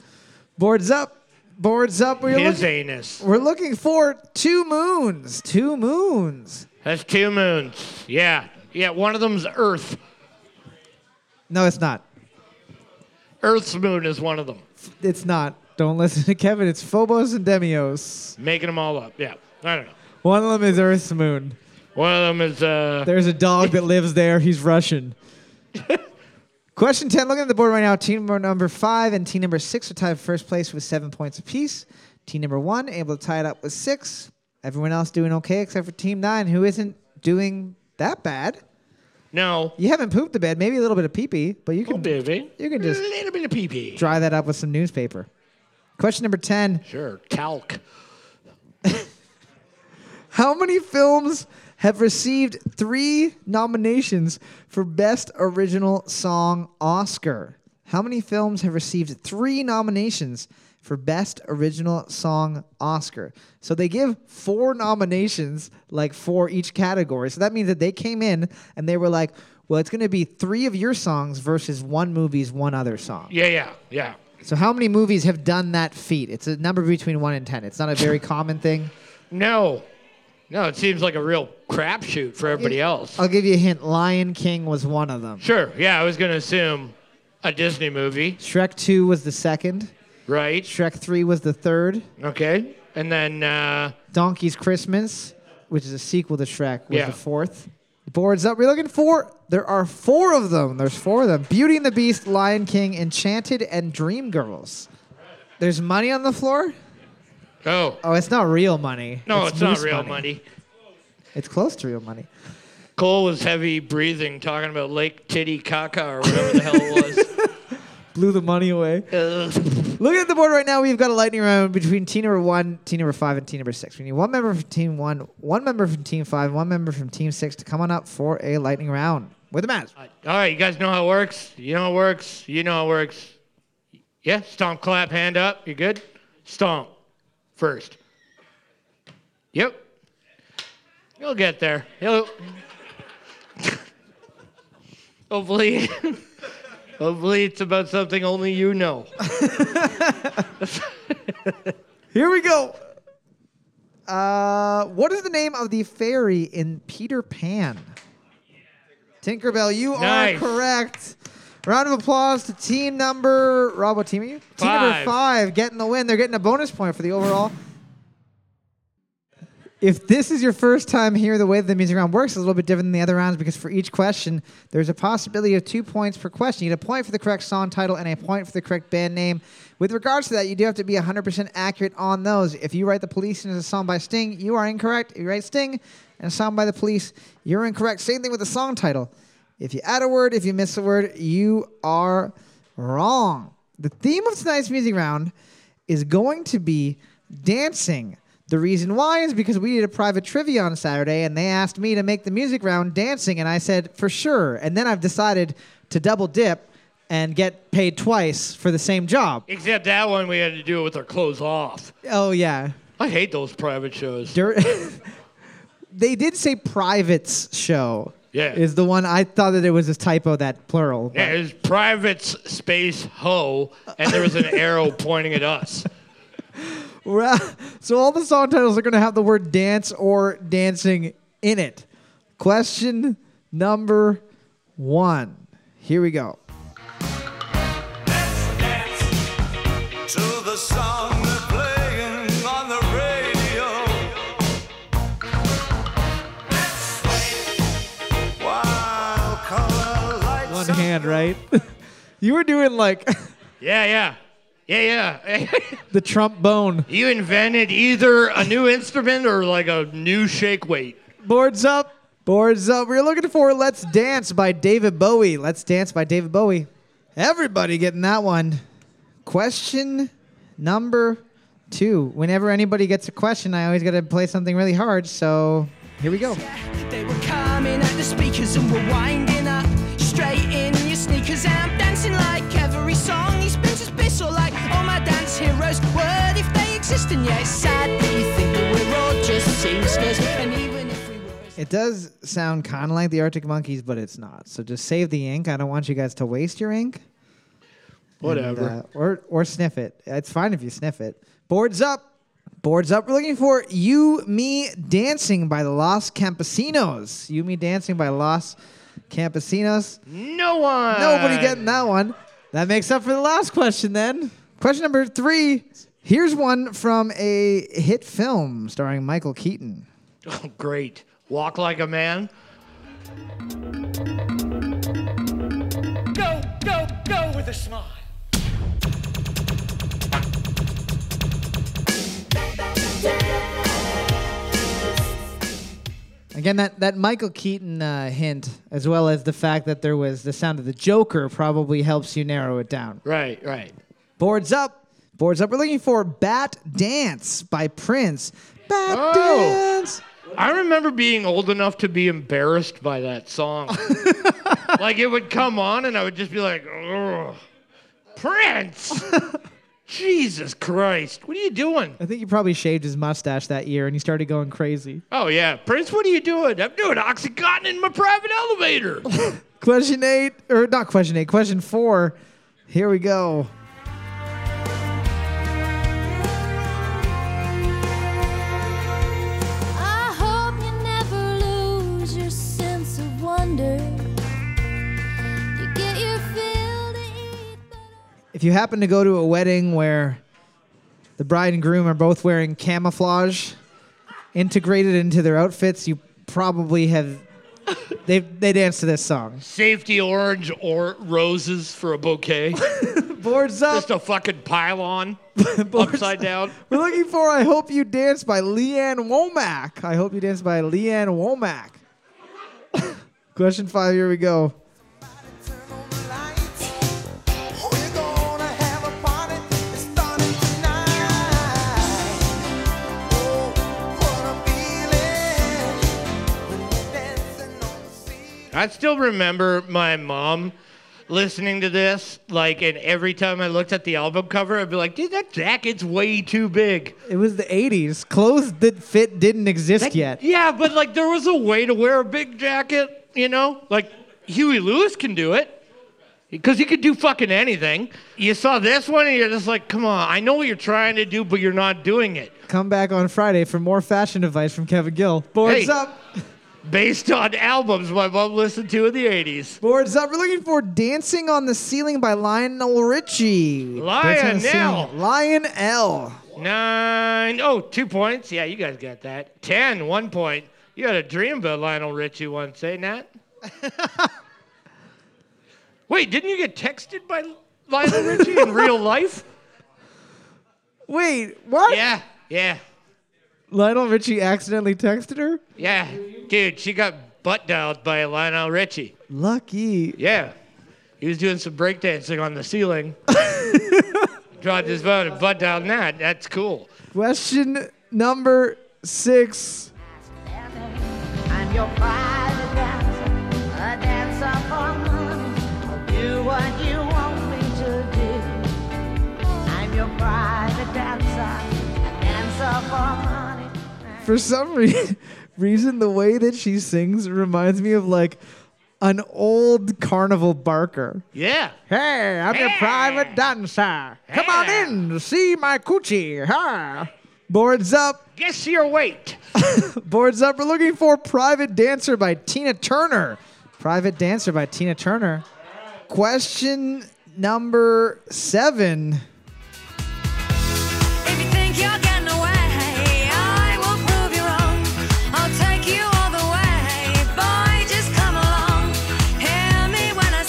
Speaker 2: Boards up, boards up. We're,
Speaker 3: His
Speaker 2: looking,
Speaker 3: anus.
Speaker 2: we're looking for two moons, two moons.
Speaker 3: That's two moons. Yeah. Yeah, one of them's Earth.
Speaker 2: No, it's not.
Speaker 3: Earth's moon is one of them.
Speaker 2: It's not. Don't listen to Kevin. It's Phobos and Demios.
Speaker 3: Making them all up. Yeah. I don't know.
Speaker 2: One of them is Earth's moon.
Speaker 3: One of them is, uh,
Speaker 2: There's a dog that lives there. He's Russian. Question 10. Looking at the board right now, team number five and team number six are tied for first place with seven points apiece. Team number one able to tie it up with six. Everyone else doing okay except for team nine, who isn't doing that bad.
Speaker 3: no.
Speaker 2: You haven't pooped the bed, maybe a little bit of pee pee, but you
Speaker 3: Oh,
Speaker 2: can
Speaker 3: baby.
Speaker 2: you can just-
Speaker 3: A little bit of pee pee.
Speaker 2: dry that up with some newspaper. Question number 10.
Speaker 3: Sure. Talc.
Speaker 2: How many films have received three nominations for Best Original Song Oscar? How many films have received three nominations for Best Original Song Oscar? So they give four nominations, like for each category. So that means that they came in and they were like, well, it's going to be three of your songs versus one movie's one other song.
Speaker 3: Yeah, yeah, yeah.
Speaker 2: So how many movies have done that feat? It's a number between one and ten. It's not a very common thing.
Speaker 3: No. No, it seems like a real crapshoot for everybody else.
Speaker 2: I'll give you a hint. Lion King was one of them.
Speaker 3: Sure. Yeah, I was gonna assume a Disney movie,
Speaker 2: Shrek 2 was the second.
Speaker 3: right?
Speaker 2: Shrek 3 was the third.
Speaker 3: Okay. And then uh,
Speaker 2: Donkey's Christmas, which is a sequel to Shrek, was
Speaker 3: Yeah.
Speaker 2: the fourth. Boards up. We're looking for. There are four of them. There's four of them. Beauty and the Beast, Lion King, Enchanted, and Dreamgirls. There's money on the floor.
Speaker 3: oh
Speaker 2: Oh, it's not real money.
Speaker 3: no, it's, not
Speaker 2: moose
Speaker 3: real money.
Speaker 2: It's close to real money.
Speaker 3: Cole was heavy breathing, talking about Lake Titicaca or whatever the hell it
Speaker 2: Blew the money away.
Speaker 3: was. Ugh.
Speaker 2: Looking at the board right now, we've got a lightning round between team number one, team number five, and team number six. We need one member from team one, one member from team five, one member from team six to come on up for a lightning round with a match.
Speaker 3: All right, you guys know how it works. You know how it works. You know how it works. Yeah, stomp, clap, hand up. You good? Stomp first. Yep. You'll get there. You'll... hopefully, hopefully it's about something only you know.
Speaker 2: Here we go. Uh, what is the name of the fairy in Peter Pan? Tinkerbell, you
Speaker 3: Nice.
Speaker 2: are correct. Round of applause to team number Rob, what team are you? Team number
Speaker 3: Five.
Speaker 2: five getting the win. They're getting a bonus point for the overall. If this is your first time here, the way the music round works is a little bit different than the other rounds because for each question, there's a possibility of two points per question. You get a point for the correct song title and a point for the correct band name. With regards to that, you do have to be 100% accurate on those. If you write The Police and it's a song by Sting, you are incorrect. If you write Sting and a song by The Police, you're incorrect. Same thing with the song title. If you add a word, if you miss a word, you are wrong. The theme of tonight's music round is going to be dancing. The reason why is because we did a private trivia on Saturday and they asked me to make the music round dancing, and I said, for sure. And then I've decided to double dip and get paid twice for the same job.
Speaker 3: Except that one, we had to do it with our clothes off.
Speaker 2: Oh, yeah.
Speaker 3: I hate those private shows.
Speaker 2: Dur- they did say privates show.
Speaker 3: Yeah.
Speaker 2: Is the one I thought that it was a typo, that plural. but-
Speaker 3: Yeah, it was private s- space hoe, and there was an arrow pointing at us.
Speaker 2: Ra- so all the song titles are going to have the word dance or dancing in it. Question number one. Here we go.
Speaker 4: Let's dance to the song they're playing on the radio. Let's wait while color lights
Speaker 2: One
Speaker 4: up
Speaker 2: hand, right? you were doing like
Speaker 3: Yeah, yeah. Yeah, yeah.
Speaker 2: the Trump bone.
Speaker 3: you invented either a new instrument or like a new shake weight.
Speaker 2: Boards up. Boards up. We're looking for Let's Dance by David Bowie. Let's Dance by David Bowie. Everybody getting that one. Question number two. Whenever anybody gets a question, I always got to play something really hard. So here we go.
Speaker 5: They were coming at the speakers and were winding up. Straight in your sneakers, and I'm dancing like every song. He spins his pistol like all my dance heroes. Word if they exist, and yeah, it's sad that you think that we're all just seamsters. And even if we were.
Speaker 2: It does sound kind of like the Arctic Monkeys, but it's not. So just save the ink. I don't want you guys to waste your ink. And,
Speaker 3: Whatever.
Speaker 2: uh, or or sniff it. It's fine if you sniff it. Boards up. Boards up. We're looking for You Me Dancing by the Los Campesinos. You Me Dancing by Los Campesinos.
Speaker 3: no one.
Speaker 2: Nobody getting that one. That makes up for the last question then. Question number three. Here's one from a hit film starring Michael Keaton.
Speaker 3: Oh, great. Walk like a man.
Speaker 5: Go, go, go with a smile.
Speaker 2: Again, that, that Michael Keaton uh, hint, as well as the fact that there was the sound of the Joker, probably helps you narrow it down.
Speaker 3: Right, right.
Speaker 2: Boards up. Boards up. We're looking for Bat Dance by Prince. Bat
Speaker 3: Oh.
Speaker 2: Dance.
Speaker 3: I remember being old enough to be embarrassed by that song. like it would come on and I would just be like, Ugh, Prince! Jesus Christ, what are you doing?
Speaker 2: I think he probably shaved his mustache that year and he started going crazy.
Speaker 3: Oh, yeah, Prince, what are you doing? I'm doing Oxycontin in my private elevator.
Speaker 2: Question eight, or not question eight, question four. Here we go.
Speaker 6: I
Speaker 2: you happen to go to a wedding where the bride and groom are both wearing camouflage integrated into their outfits, you probably have they they dance to this song.
Speaker 3: Safety orange or roses for a bouquet.
Speaker 2: Boards up.
Speaker 3: Just a fucking pylon upside down.
Speaker 2: We're looking for I Hope You Dance by Leanne Womack. I Hope You Dance by Leanne Womack. Question five, here we go.
Speaker 3: I still remember my mom listening to this, like, and every time I looked at the album cover, I'd be like, dude, that jacket's way too big.
Speaker 2: It was the 80s. Clothes that fit didn't exist yet.
Speaker 3: Yeah, but like, there was a way to wear a big jacket, you know? Like, Huey Lewis can do it. Because he could do fucking anything. You saw this one and you're just like, come on, I know what you're trying to do, but you're not doing it.
Speaker 2: Come back on Friday for more fashion advice from Kevin Gill. Boards
Speaker 3: Hey.
Speaker 2: up.
Speaker 3: Based on albums my mom listened to in the 80s.
Speaker 2: Boards up. We're looking for Dancing on the Ceiling by Lionel Richie. Dancing on the
Speaker 3: Lionel.
Speaker 2: Ceiling. Lionel.
Speaker 3: Nine, oh, two points. Yeah, you guys got that. Ten, one point. You had a dream about Lionel Richie once, eh, Nat? Wait, didn't you get texted by Lionel Richie in real life?
Speaker 2: Wait, what?
Speaker 3: Yeah, yeah,
Speaker 2: Lionel Richie accidentally texted her?
Speaker 3: yeah. Dude, she got butt dialed by Lionel Richie.
Speaker 2: Lucky.
Speaker 3: Yeah. He was doing some breakdancing on the ceiling. Dropped his phone and butt dialed Nat. That's cool.
Speaker 2: Question number six.
Speaker 6: I'm your private dancer, a dancer for money. I'll do what you want me to do. I'm your private dancer, a dancer for money.
Speaker 2: For some re- reason, the way that she sings reminds me of like an old carnival barker.
Speaker 3: Yeah.
Speaker 2: Hey, I'm your private dancer. Come on in, to see my coochie. Ha. Boards up,
Speaker 3: Guess your weight.
Speaker 2: boards up. We're looking for Private Dancer by Tina Turner. Private Dancer by Tina Turner. Question number seven.
Speaker 7: If you think you're getting away, I will prove you wrong. I'll take you all the way, boy. Just come along. Hear me when I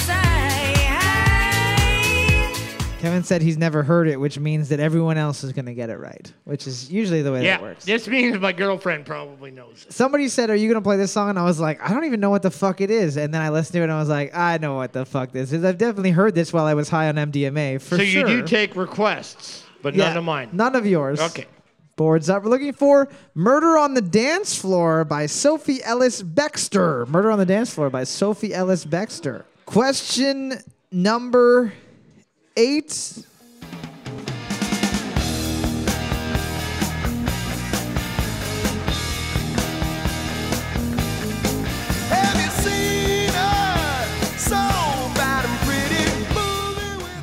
Speaker 7: say, hey.
Speaker 2: Kevin said he's never heard it, which means that everyone else is going to get it right, which is usually the way that
Speaker 3: Yeah.
Speaker 2: works.
Speaker 3: This means my girlfriend probably knows it.
Speaker 2: Somebody said, Are you going to play this song? And I was like, I don't even know what the fuck it is. And then I listened to it and I was like, I know what the fuck this is. I've definitely heard this while I was high on MDMA for
Speaker 3: so
Speaker 2: sure.
Speaker 3: you do take requests, but
Speaker 2: Yeah,
Speaker 3: none of mine.
Speaker 2: None of yours.
Speaker 3: Okay.
Speaker 2: Boards up. We're looking for Murder on the Dance Floor by Sophie Ellis Bextor. Murder on the Dance Floor by Sophie Ellis Bextor. Question number eight.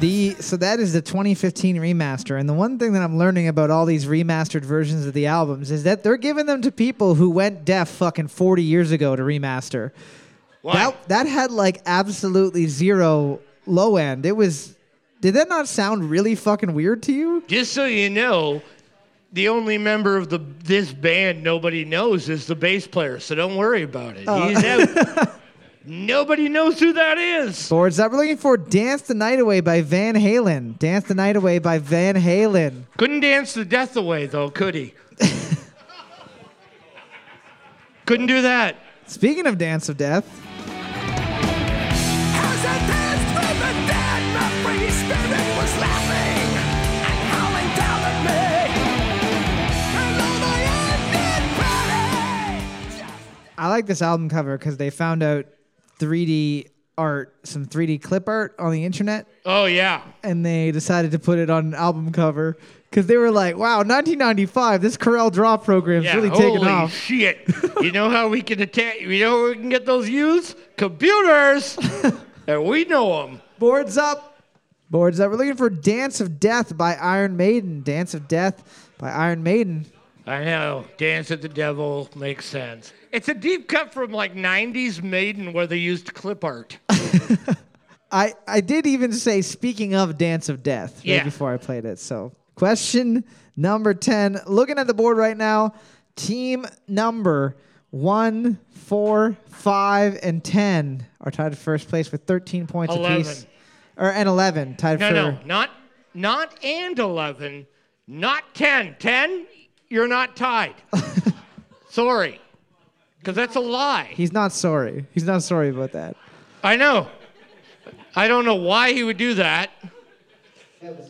Speaker 2: The so that is the 2015 remaster, and the one thing that I'm learning about all these remastered versions of the albums is that they're giving them to people who went deaf fucking 40 years ago to remaster.
Speaker 3: Why?
Speaker 2: That that had like absolutely zero low end. It was. Did that not sound really fucking weird to you?
Speaker 3: Just so you know, the only member of the this band nobody knows is the bass player, so don't worry about it.
Speaker 2: Oh.
Speaker 3: He's out. nobody knows who that is.
Speaker 2: Boards up. We're looking for "Dance the Night Away" by Van Halen. "Dance the Night Away" by Van Halen.
Speaker 3: Couldn't dance the death away though, could he? Couldn't do that.
Speaker 2: Speaking of "Dance of Death," I like this album cover because they found out 3D art, some 3D clip art on the internet,
Speaker 3: Oh yeah.
Speaker 2: and they decided to put it on an album cover because they were like, "Wow, 1995, this Corel Draw program's
Speaker 3: Yeah,
Speaker 2: really
Speaker 3: holy
Speaker 2: taken off."
Speaker 3: shit! you know how we can attack? You know how we can get those used? Computers, and we know them.
Speaker 2: Boards up. Boards up. We're looking for Dance of Death by Iron Maiden. Dance of Death by Iron Maiden.
Speaker 3: I know. Dance at the Devil makes sense. It's a deep cut from like 90s Maiden where they used clip art.
Speaker 2: I, I did even say, speaking of Dance of Death, right
Speaker 3: Yeah.
Speaker 2: before I played it. So, question number 10. Looking at the board right now, team number one, four, five, and 10 are tied for first place with 13 points apiece.
Speaker 3: Eleven.
Speaker 2: Or, and 11 tied
Speaker 3: No,
Speaker 2: for.
Speaker 3: no, not not and eleven, not ten. Ten, you're not tied. Sorry, because that's a lie.
Speaker 2: He's not sorry. He's not sorry about that.
Speaker 3: I know. I don't know why he would do that.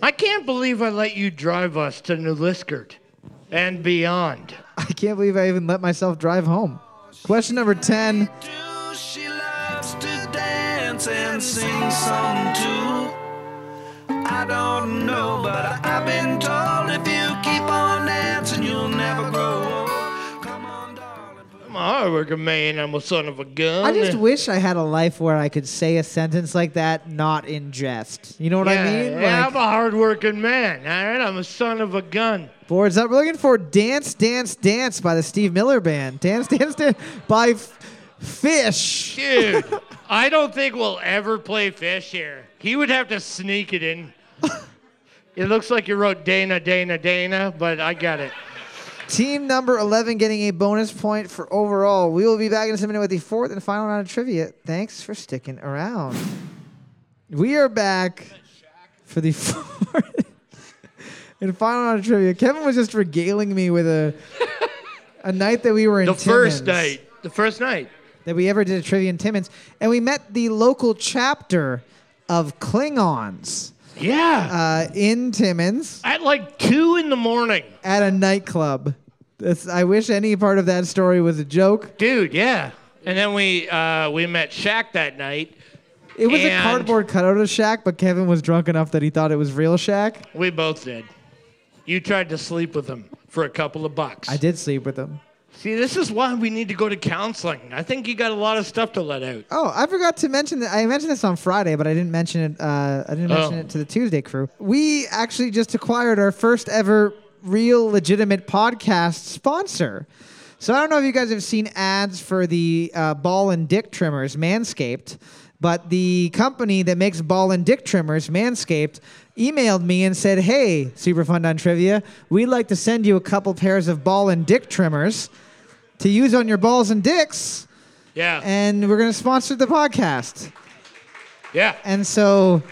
Speaker 3: I can't believe I let you drive us to Nuliskert and beyond.
Speaker 2: I can't believe I even let myself drive home. Question number 10.
Speaker 4: do. She loves to dance and sing song too. I don't know, but I- I've been told if you keep on dancing, you'll never grow old. Come on, darling. put-
Speaker 3: I work a man. I'm a son of a gun.
Speaker 2: I just wish I had a life where I could say a sentence like that not in jest. You know what
Speaker 3: yeah,
Speaker 2: I mean?
Speaker 3: yeah,
Speaker 2: Like,
Speaker 3: I'm a hardworking man. All right, I'm a son of a gun.
Speaker 2: boards up. We're looking for "Dance, Dance, Dance" by the Steve Miller Band. Dance, Dance, Dance by F- Fish.
Speaker 3: Dude, I don't think we'll ever play fish here. He would have to sneak it in. It looks like you wrote Dana, Dana, Dana, but I got it.
Speaker 2: Team number 11 getting a bonus point for overall. We will be back in just a minute with the fourth and final round of trivia. Thanks for sticking around. We are back for the fourth and final round of trivia. Kevin was just regaling me with a a night that we were in
Speaker 3: The first
Speaker 2: Timmins,
Speaker 3: night. The first night.
Speaker 2: that we ever did a trivia in Timmins, and we met the local chapter of Klingons
Speaker 3: Yeah.
Speaker 2: uh, in Timmins.
Speaker 3: At like two in the morning.
Speaker 2: at a nightclub. That's, I wish any part of that story was a joke.
Speaker 3: Dude, yeah. And then we uh, we met Shaq that night.
Speaker 2: It was a
Speaker 3: And-
Speaker 2: cardboard cutout of Shaq, but Kevin was drunk enough that he thought it was real Shaq.
Speaker 3: We both did. You tried to sleep with him for a couple of bucks.
Speaker 2: I did sleep with him.
Speaker 3: See, this is why we need to go to counseling. I think you got a lot of stuff to let out.
Speaker 2: Oh, I forgot to mention that. I mentioned this on Friday, but I didn't mention it. Uh, I didn't mention
Speaker 3: Oh.
Speaker 2: it to the Tuesday crew. We actually just acquired our first ever real legitimate podcast sponsor. So I don't know if you guys have seen ads for the uh, ball and dick trimmers, Manscaped, but the company that makes ball and dick trimmers, Manscaped, emailed me and said, "Hey, Super Fun on Trivia, we'd like to send you a couple pairs of ball and dick trimmers." To use on your balls and dicks
Speaker 3: Yeah.
Speaker 2: and we're going to sponsor the podcast.
Speaker 3: yeah.
Speaker 2: And so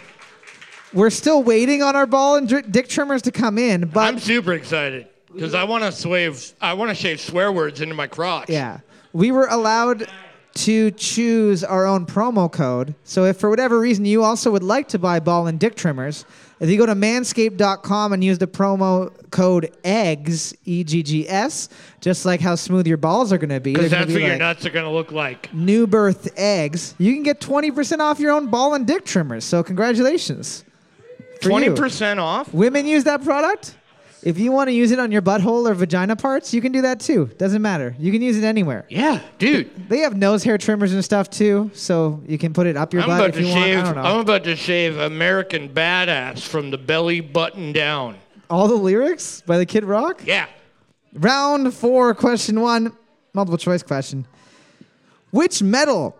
Speaker 2: we're still waiting on our ball and dr- dick trimmers to come in, but
Speaker 3: I'm super excited because I want to shave. I want to shave swear words into my crotch.
Speaker 2: yeah, we were allowed to choose our own promo code. So if for whatever reason you also would like to buy ball and dick trimmers, if you go to manscaped.com and use the promo code EGGS, E G G S, just like how smooth your balls are going to be,
Speaker 3: Because
Speaker 2: they're gonna
Speaker 3: that's
Speaker 2: be
Speaker 3: what your
Speaker 2: like
Speaker 3: nuts are gonna look like.
Speaker 2: new birth eggs, you can get 20% off your own ball and dick trimmers. So congratulations. for you.
Speaker 3: Twenty percent off.
Speaker 2: Women use that product. If you want to use it on your butthole or vagina parts, you can do that too. Doesn't matter. You can use it anywhere.
Speaker 3: Yeah, dude.
Speaker 2: They have nose hair trimmers and stuff too, so you can put it up your
Speaker 3: I'm
Speaker 2: butt
Speaker 3: about
Speaker 2: if
Speaker 3: to
Speaker 2: you want.
Speaker 3: shave.
Speaker 2: I don't know.
Speaker 3: I'm about to shave American Badass from the belly button down.
Speaker 2: All the lyrics by the Kid Rock.
Speaker 3: Yeah.
Speaker 2: Round four, question one, multiple choice question. Which metal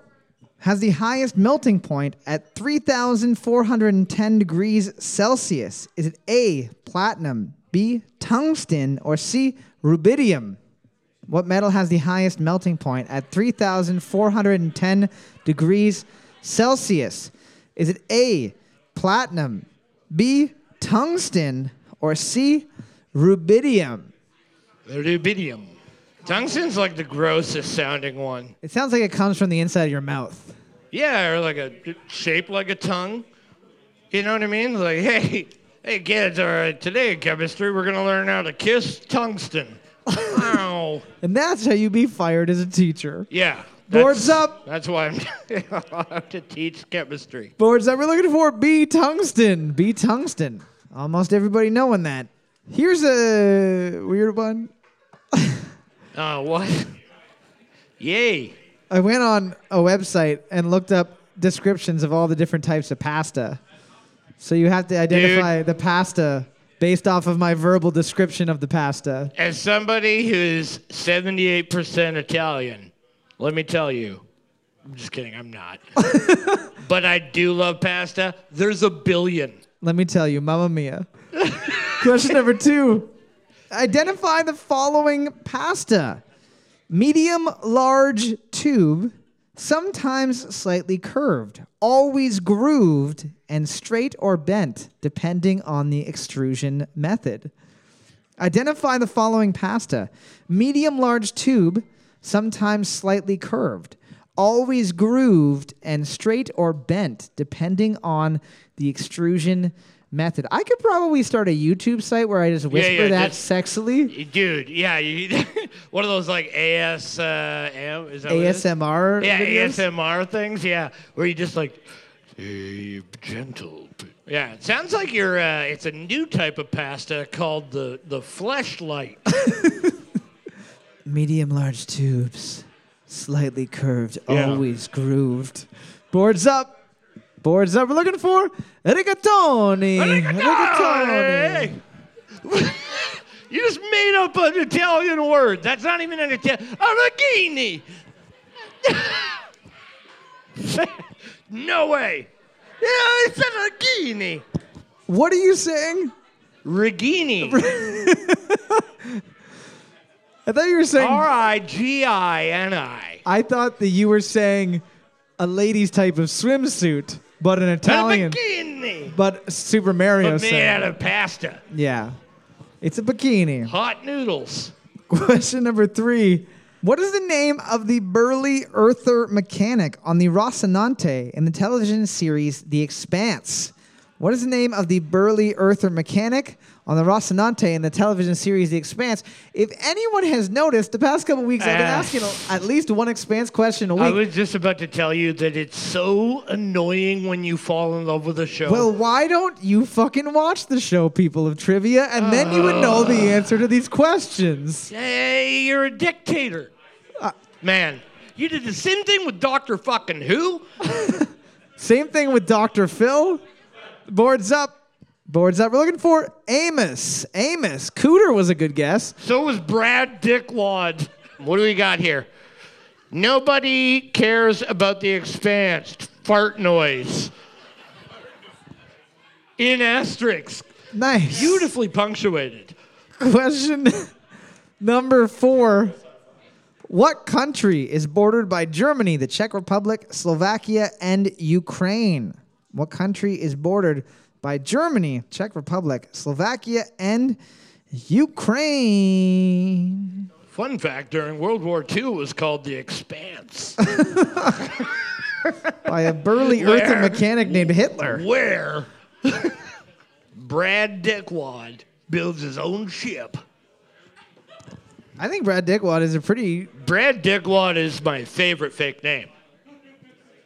Speaker 2: has the highest melting point at 3,410 degrees Celsius? Is it A, platinum, B, tungsten, or C, rubidium? What metal has the highest melting point at 3,410 degrees Celsius? Is it A, platinum, B, tungsten, or C, rubidium?
Speaker 3: Rubidium. Tungsten's like the grossest sounding one.
Speaker 2: It sounds like it comes from the inside of your mouth.
Speaker 3: Yeah, or like a shaped like a tongue. You know what I mean? Like, hey, hey kids, all right, today in chemistry we're gonna learn how to kiss tungsten. Wow.
Speaker 2: And that's how you be fired as a teacher.
Speaker 3: Yeah.
Speaker 2: Boards
Speaker 3: that's-
Speaker 2: up.
Speaker 3: That's why I'm I have to teach chemistry.
Speaker 2: Boards that we're looking for B tungsten. B tungsten. Almost everybody knowing that. Here's a weird one.
Speaker 3: Uh, what? Yay.
Speaker 2: I went on a website and looked up descriptions of all the different types of pasta. So you have to identify the pasta based off of my verbal description of the pasta.
Speaker 3: As somebody who's 78% Italian, let me tell you, I'm just kidding. I'm not. but I do love pasta. There's a billion.
Speaker 2: Let me tell you, Mamma Mia. Question number two Identify the following pasta medium, large tube, sometimes slightly curved, always grooved, and straight or bent, depending on the extrusion method. Identify the following pasta medium, large tube, sometimes slightly curved, always grooved and straight or bent, depending on the extrusion method. I could probably start a YouTube site where I just whisper
Speaker 3: yeah,
Speaker 2: that
Speaker 3: just-
Speaker 2: sexily.
Speaker 3: Dude, yeah. You, one of those like AS, uh, am- is that what it is?
Speaker 2: ASMR.
Speaker 3: Yeah,
Speaker 2: videos.
Speaker 3: ASMR things. Yeah, where you just like, "Hey, gentle. p-" Yeah, it sounds like you're. Uh, it's a new type of pasta called the the fleshlight.
Speaker 2: Medium large tubes, slightly curved,
Speaker 3: Yeah.
Speaker 2: always grooved. Boards up. Boards up. We're looking for rigatoni. Rigatoni.
Speaker 3: Rigatoni! you just made up an Italian word. That's not even an Italian. Araghini. no way. Yeah, it's a Regini.
Speaker 2: What are you saying?
Speaker 3: Regini.
Speaker 2: I thought you were saying.
Speaker 3: R I G I N I.
Speaker 2: I thought that you were saying a lady's type of swimsuit, but an Italian.
Speaker 3: Araghini.
Speaker 2: But Super Mario
Speaker 3: But made
Speaker 2: said.
Speaker 3: out of pasta.
Speaker 2: Yeah. It's a bikini.
Speaker 3: Hot noodles.
Speaker 2: Question number three. What is the name of the burly earther mechanic on the Rocinante in the television series The Expanse? What is the name of the burly earther mechanic on the Rocinante in the television series The Expanse? If anyone has noticed, the past couple weeks I've been
Speaker 3: Ah.
Speaker 2: asking at least one Expanse question a
Speaker 3: I
Speaker 2: week.
Speaker 3: was just about to tell you that it's so annoying when you fall in love with a show.
Speaker 2: well, why don't you fucking watch the show, people of trivia, and then you would know
Speaker 3: Ah.
Speaker 2: the answer to these questions?
Speaker 3: Hey, you're a dictator. Man, you did the same thing with Doctor Fucking Who.
Speaker 2: Same thing with Dr. Phil. Boards up. Boards up. We're looking for Amos. Amos. Cooter was a good guess.
Speaker 3: So was Brad Dickwad. What do we got here? Nobody cares about the expanse. Fart noise. In asterisks,
Speaker 2: Nice.
Speaker 3: beautifully punctuated.
Speaker 2: Question number four. What country is bordered by Germany, the Czech Republic, Slovakia, and Ukraine? What country is bordered by Germany, Czech Republic, Slovakia, and Ukraine?
Speaker 3: Fun fact: During World War II, it was called the Expanse.
Speaker 2: By a burly earthen
Speaker 3: Where?
Speaker 2: mechanic named Hitler.
Speaker 3: where Brad Dickwad builds his own ship.
Speaker 2: I think Brad Dickwad is a pretty
Speaker 3: Brad Dickwad is my favorite fake name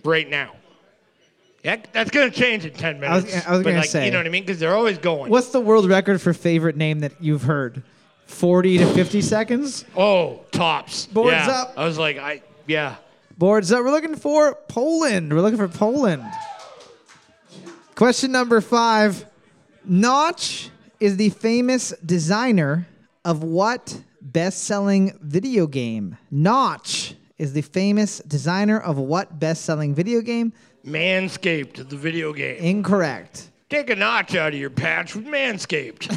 Speaker 3: right now. That, that's going to change in 10
Speaker 2: I was-
Speaker 3: minutes.
Speaker 2: I was
Speaker 3: but
Speaker 2: gonna
Speaker 3: like,
Speaker 2: say.
Speaker 3: You know what I mean? Because they're always going.
Speaker 2: What's the world record for favorite name that you've heard? 40 to 50 seconds?
Speaker 3: Oh, tops.
Speaker 2: Boards
Speaker 3: Yeah.
Speaker 2: up.
Speaker 3: I was like, I yeah.
Speaker 2: Boards up. We're looking for Poland. We're looking for Poland. Question number five Notch is the famous designer of what best selling video game? Notch is the famous designer of what best selling video game?
Speaker 3: Manscaped, the video game.
Speaker 2: Incorrect.
Speaker 3: Take a notch out of your patch with Manscaped.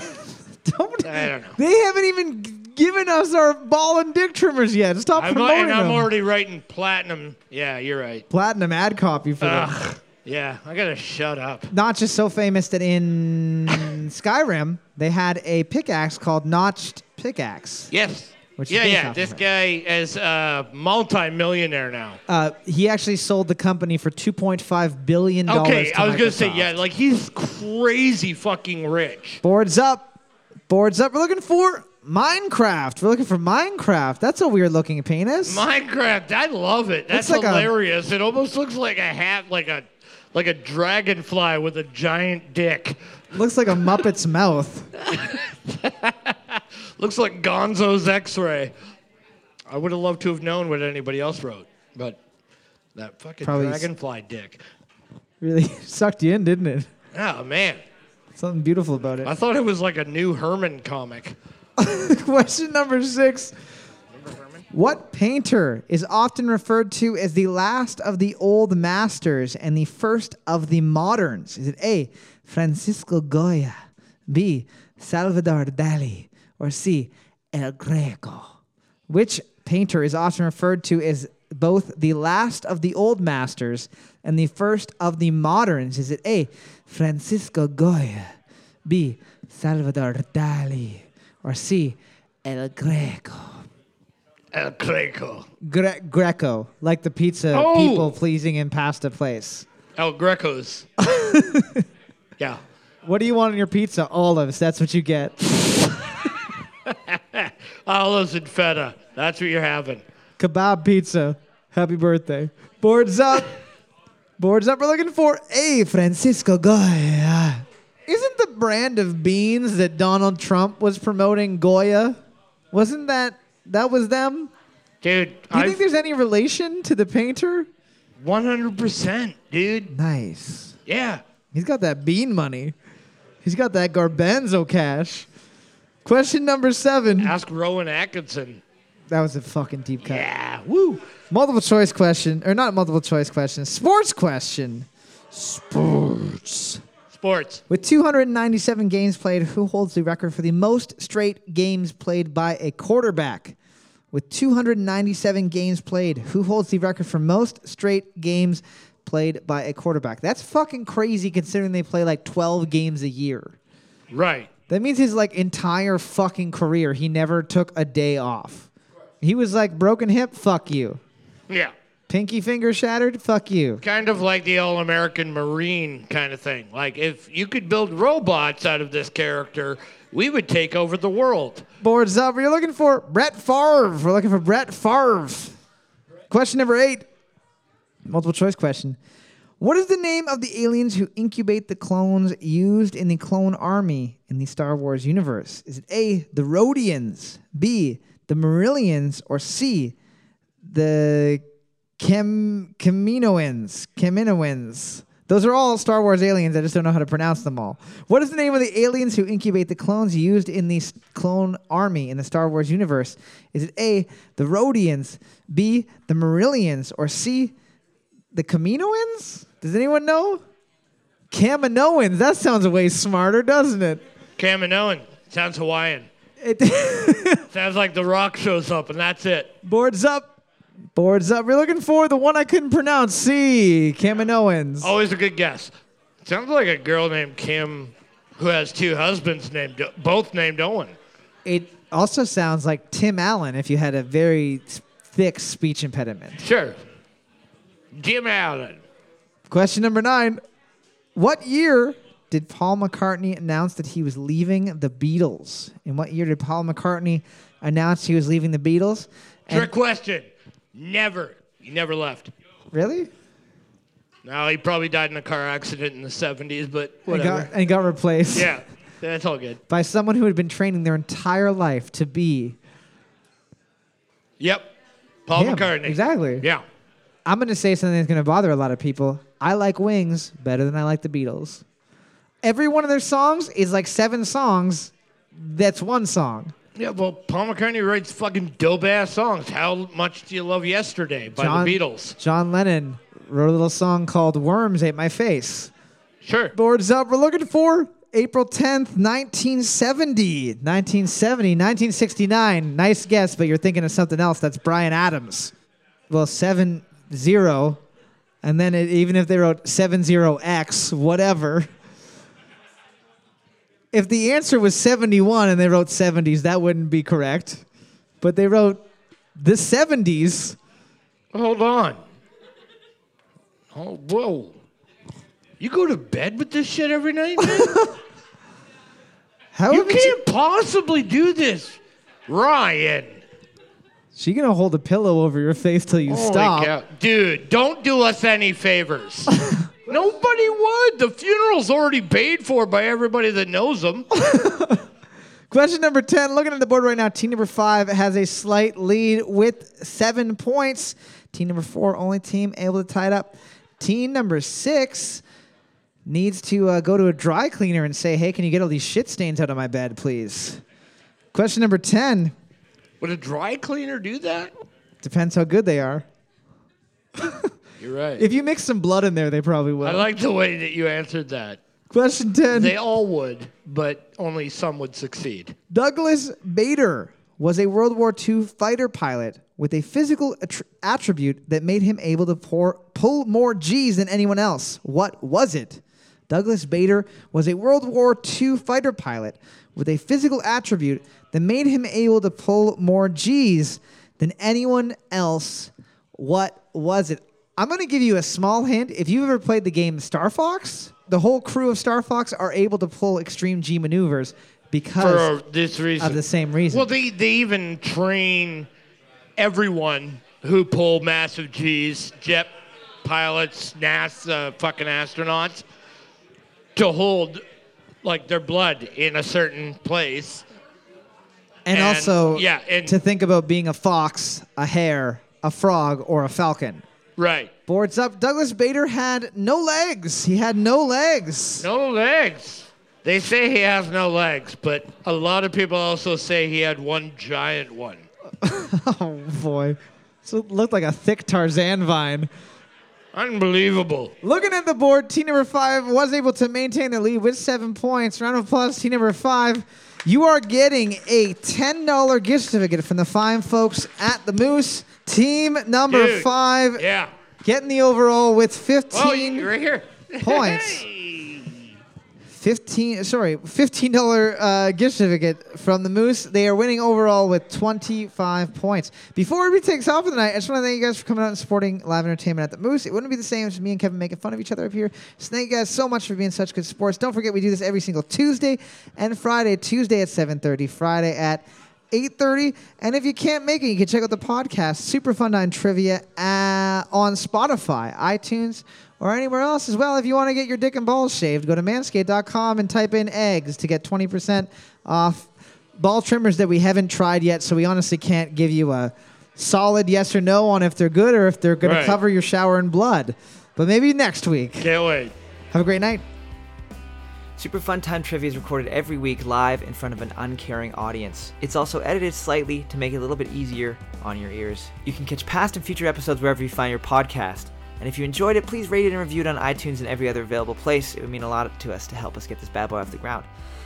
Speaker 2: Don't,
Speaker 3: I don't know.
Speaker 2: They haven't even g- given us our ball and dick trimmers yet. Stop
Speaker 3: I'm,
Speaker 2: promoting
Speaker 3: and I'm
Speaker 2: them.
Speaker 3: already writing platinum. Yeah, you're right.
Speaker 2: platinum ad copy for them.
Speaker 3: Ugh. Yeah, I gotta shut up.
Speaker 2: Notch is so famous that in Skyrim they had a pickaxe called Notched Pickaxe.
Speaker 3: Yes.
Speaker 2: Which
Speaker 3: yeah,
Speaker 2: is
Speaker 3: yeah.
Speaker 2: off
Speaker 3: This
Speaker 2: of
Speaker 3: guy is a multi-millionaire now.
Speaker 2: Uh, he actually sold the company for 2.5 billion dollars.
Speaker 3: Okay,
Speaker 2: to
Speaker 3: I was gonna say
Speaker 2: Microsoft.
Speaker 3: yeah, like he's crazy fucking rich.
Speaker 2: Boards up, boards up. We're looking for Minecraft. We're looking for Minecraft. That's a weird looking penis.
Speaker 3: Minecraft, I love it. That's
Speaker 2: Looks like a-
Speaker 3: hilarious. It almost looks like a hat, like a like a dragonfly with a giant dick.
Speaker 2: Looks like a Muppet's mouth.
Speaker 3: Looks like Gonzo's X-ray. I would have loved to have known what anybody else wrote, but that fucking
Speaker 2: Probably s-
Speaker 3: dragonfly dick.
Speaker 2: Really sucked you in, didn't it?
Speaker 3: Oh man,
Speaker 2: Something beautiful about it.
Speaker 3: I thought it was like a new Herman comic.
Speaker 2: Question number six.
Speaker 3: Remember Herman?
Speaker 2: What painter is often referred to as the last of the old masters and the first of the moderns? Is it A. Francisco Goya, B. Salvador Dali, or C. El Greco? Which painter is often referred to as both the last of the old masters and the first of the moderns? Is it A. Francisco Goya, B. Salvador Dali, or C. El Greco?
Speaker 3: El Greco.
Speaker 2: Gre- Greco, like the pizza
Speaker 3: Oh!
Speaker 2: people pleasing and pasta place.
Speaker 3: El Greco's. yeah.
Speaker 2: What do you want on your pizza? Olives. That's what you get.
Speaker 3: Olives and feta. That's what you're having.
Speaker 2: Kebab pizza. Happy birthday. Boards up. Boards up. We're looking for a Francisco Goya. Isn't the brand of beans that Donald Trump was promoting Goya? Wasn't that that was them?
Speaker 3: Dude,
Speaker 2: Do you
Speaker 3: I
Speaker 2: think there's any relation to the painter?
Speaker 3: 100%, dude.
Speaker 2: Nice.
Speaker 3: Yeah.
Speaker 2: He's got that bean money. He's got that garbanzo cash. Question number seven.
Speaker 3: Ask Rowan Atkinson.
Speaker 2: That was a fucking deep cut.
Speaker 3: Yeah. Woo.
Speaker 2: Multiple choice question, or not multiple choice question, sports question. Sports.
Speaker 3: Sports.
Speaker 2: With 297 games played, who holds the record for the most straight games played by a quarterback? With 297 games played, who holds the record for most straight games played by a quarterback? That's fucking crazy considering they play like 12 games a year.
Speaker 3: Right.
Speaker 2: That means his like entire fucking career, he never took a day off. He was like broken hip, fuck you.
Speaker 3: Yeah.
Speaker 2: Pinky finger shattered, fuck you.
Speaker 3: Kind of like the all American Marine kind of thing. Like, if you could build robots out of this character, we would take over the world.
Speaker 2: Boards up. We're looking for Brett Favre. We're looking for Brett Favre. Question number eight. Multiple choice question. What is the name of the aliens who incubate the clones used in the clone army in the Star Wars universe? Is it A, the Rhodians, B, the Marillions, or C, the Chem Caminoans, Caminoans. Those are all Star Wars aliens. I just don't know how to pronounce them all. What is the name of the aliens who incubate the clones used in the s- clone army in the Star Wars universe? Is it A, the Rhodians, B, the Marillions, or C, the Caminoans? Does anyone know? Caminoans. That sounds way smarter, doesn't it?
Speaker 3: Kaminoan. Sounds Hawaiian.
Speaker 2: It
Speaker 3: Sounds like The Rock shows up, and that's it.
Speaker 2: boards up. Boards up. We're looking for the one I couldn't pronounce. C, Caminoans.
Speaker 3: Always a good guess. Sounds like a girl named Kim who has two husbands named both named Owen.
Speaker 2: It also sounds like Tim Allen if you had a very s- thick speech impediment.
Speaker 3: Sure. Jim Allen.
Speaker 2: Question number nine What year did Paul McCartney announce that he was leaving the Beatles? And what year did Paul McCartney announce he was leaving the Beatles? And-
Speaker 3: Trick question. Never. He never left.
Speaker 2: really?
Speaker 3: Now he probably died in a car accident in the 70s, but
Speaker 2: And
Speaker 3: whatever.
Speaker 2: got, and got replaced
Speaker 3: yeah, that's all good.
Speaker 2: by someone who had been training their entire life to be
Speaker 3: Yep. Paul
Speaker 2: him.
Speaker 3: McCartney.
Speaker 2: Exactly.
Speaker 3: Yeah.
Speaker 2: I'm going to say something that's going to bother a lot of people. I like Wings better than I like the Beatles. Every one of their songs is like seven songs. That's one song.
Speaker 3: Yeah, well, Paul McCartney writes fucking dope ass songs. How much do you love yesterday by the Beatles?
Speaker 2: John Lennon wrote a little song called Worms Ate My Face.
Speaker 3: Sure.
Speaker 2: Boards up. We're looking for April 10th, 1970. 1970, 1969. Nice guess, but you're thinking of something else. That's Brian Adams. Well, 7 0. And then it, even if they wrote 70X, whatever. If the answer was 71 and they wrote 70s, that wouldn't be correct. But they wrote the 70s.
Speaker 3: Hold on. Oh, whoa. You go to bed with this shit every night? man?
Speaker 2: How
Speaker 3: you
Speaker 2: would you-
Speaker 3: can't possibly do this, Ryan.
Speaker 2: She gonna hold a pillow over your face till you
Speaker 3: Holy
Speaker 2: stop.
Speaker 3: cow. Dude, don't do us any favors. Nobody would. The funeral's already paid for by everybody that knows them.
Speaker 2: Question number 10. Looking at the board right now, team number five has a slight lead with seven points. Team number four, only team able to tie it up. Team number six needs to uh, go to a dry cleaner and say, hey, can you get all these shit stains out of my bed, please? Question number 10.
Speaker 3: Would a dry cleaner do that?
Speaker 2: Depends how good they are.
Speaker 3: You're right.
Speaker 2: If you mix some blood in there, they probably will.
Speaker 3: I like the way that you answered that.
Speaker 2: Question 10.
Speaker 3: They all would, but only some would succeed.
Speaker 2: Douglas Bader was a World War II fighter pilot with a physical attr- attribute that made him able to pour, pull more G's than anyone else. What was it? Douglas Bader was a World War II fighter pilot with a physical attribute that made him able to pull more G's than anyone else. What was it? I'm going to give you a small hint. If you've ever played the game Star Fox, the whole crew of Star Fox are able to pull extreme G maneuvers because
Speaker 3: For this reason.
Speaker 2: of the same reason.
Speaker 3: Well, they, they even train everyone who pull massive G's, jet pilots, NASA fucking astronauts, to hold like their blood in a certain place.
Speaker 2: and,
Speaker 3: and-
Speaker 2: also,
Speaker 3: yeah, and-
Speaker 2: to think about being a fox, a hare, a frog, or a falcon.
Speaker 3: Right.
Speaker 2: Boards up. Douglas Bader had no legs. He had no legs.
Speaker 3: No legs. They say he has no legs, but a lot of people also say he had one giant one.
Speaker 2: Oh boy, so it looked like a thick Tarzan vine.
Speaker 3: Unbelievable.
Speaker 2: Looking at the board, team number five was able to maintain the lead with seven points. Round of applause, team number five. You are getting a $10 gift certificate from the fine folks at the Moose. Team number
Speaker 3: Dude,
Speaker 2: five
Speaker 3: Yeah.
Speaker 2: getting the overall with 15
Speaker 3: Oh, you're right here.
Speaker 2: points. 15 sorry $15 uh, gift certificate from the moose they are winning overall with 25 points before everybody takes off for the night i just want to thank you guys for coming out and supporting live entertainment at the moose it wouldn't be the same as me and kevin making fun of each other up here so thank you guys so much for being such good sports don't forget we do this every single tuesday and friday tuesday at 7.30 friday at 8.30 and if you can't make it you can check out the podcast super fun time trivia uh, on spotify itunes or anywhere else as well if you want to get your dick and balls shaved go to manscaped.com and type in eggs to get 20% off ball trimmers that we haven't tried yet so we honestly can't give you a solid yes or no on if they're good or if they're going
Speaker 3: Right.
Speaker 2: to cover your shower in blood but maybe next week
Speaker 3: Can't wait.
Speaker 2: have a great night
Speaker 1: Super Fun Time Trivia is recorded every week live in front of an uncaring audience. It's also edited slightly to make it a little bit easier on your ears. You can catch past and future episodes wherever you find your podcast. And if you enjoyed it, please rate it and review it on iTunes and every other available place. It would mean a lot to us to help us get this bad boy off the ground.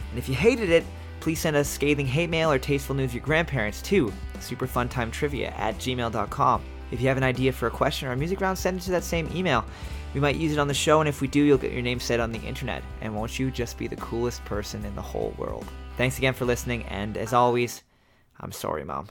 Speaker 1: And if you hated it, please send us scathing hate mail or tasteful news of your grandparents too. Superfuntimetrivia at gmail.com. If you have an idea for a question or a music round, send it to that same email. We might use it on the show, and if we do, you'll get your name said on the internet. And won't you just be the coolest person in the whole world? Thanks again for listening, and as always, I'm sorry, Mom.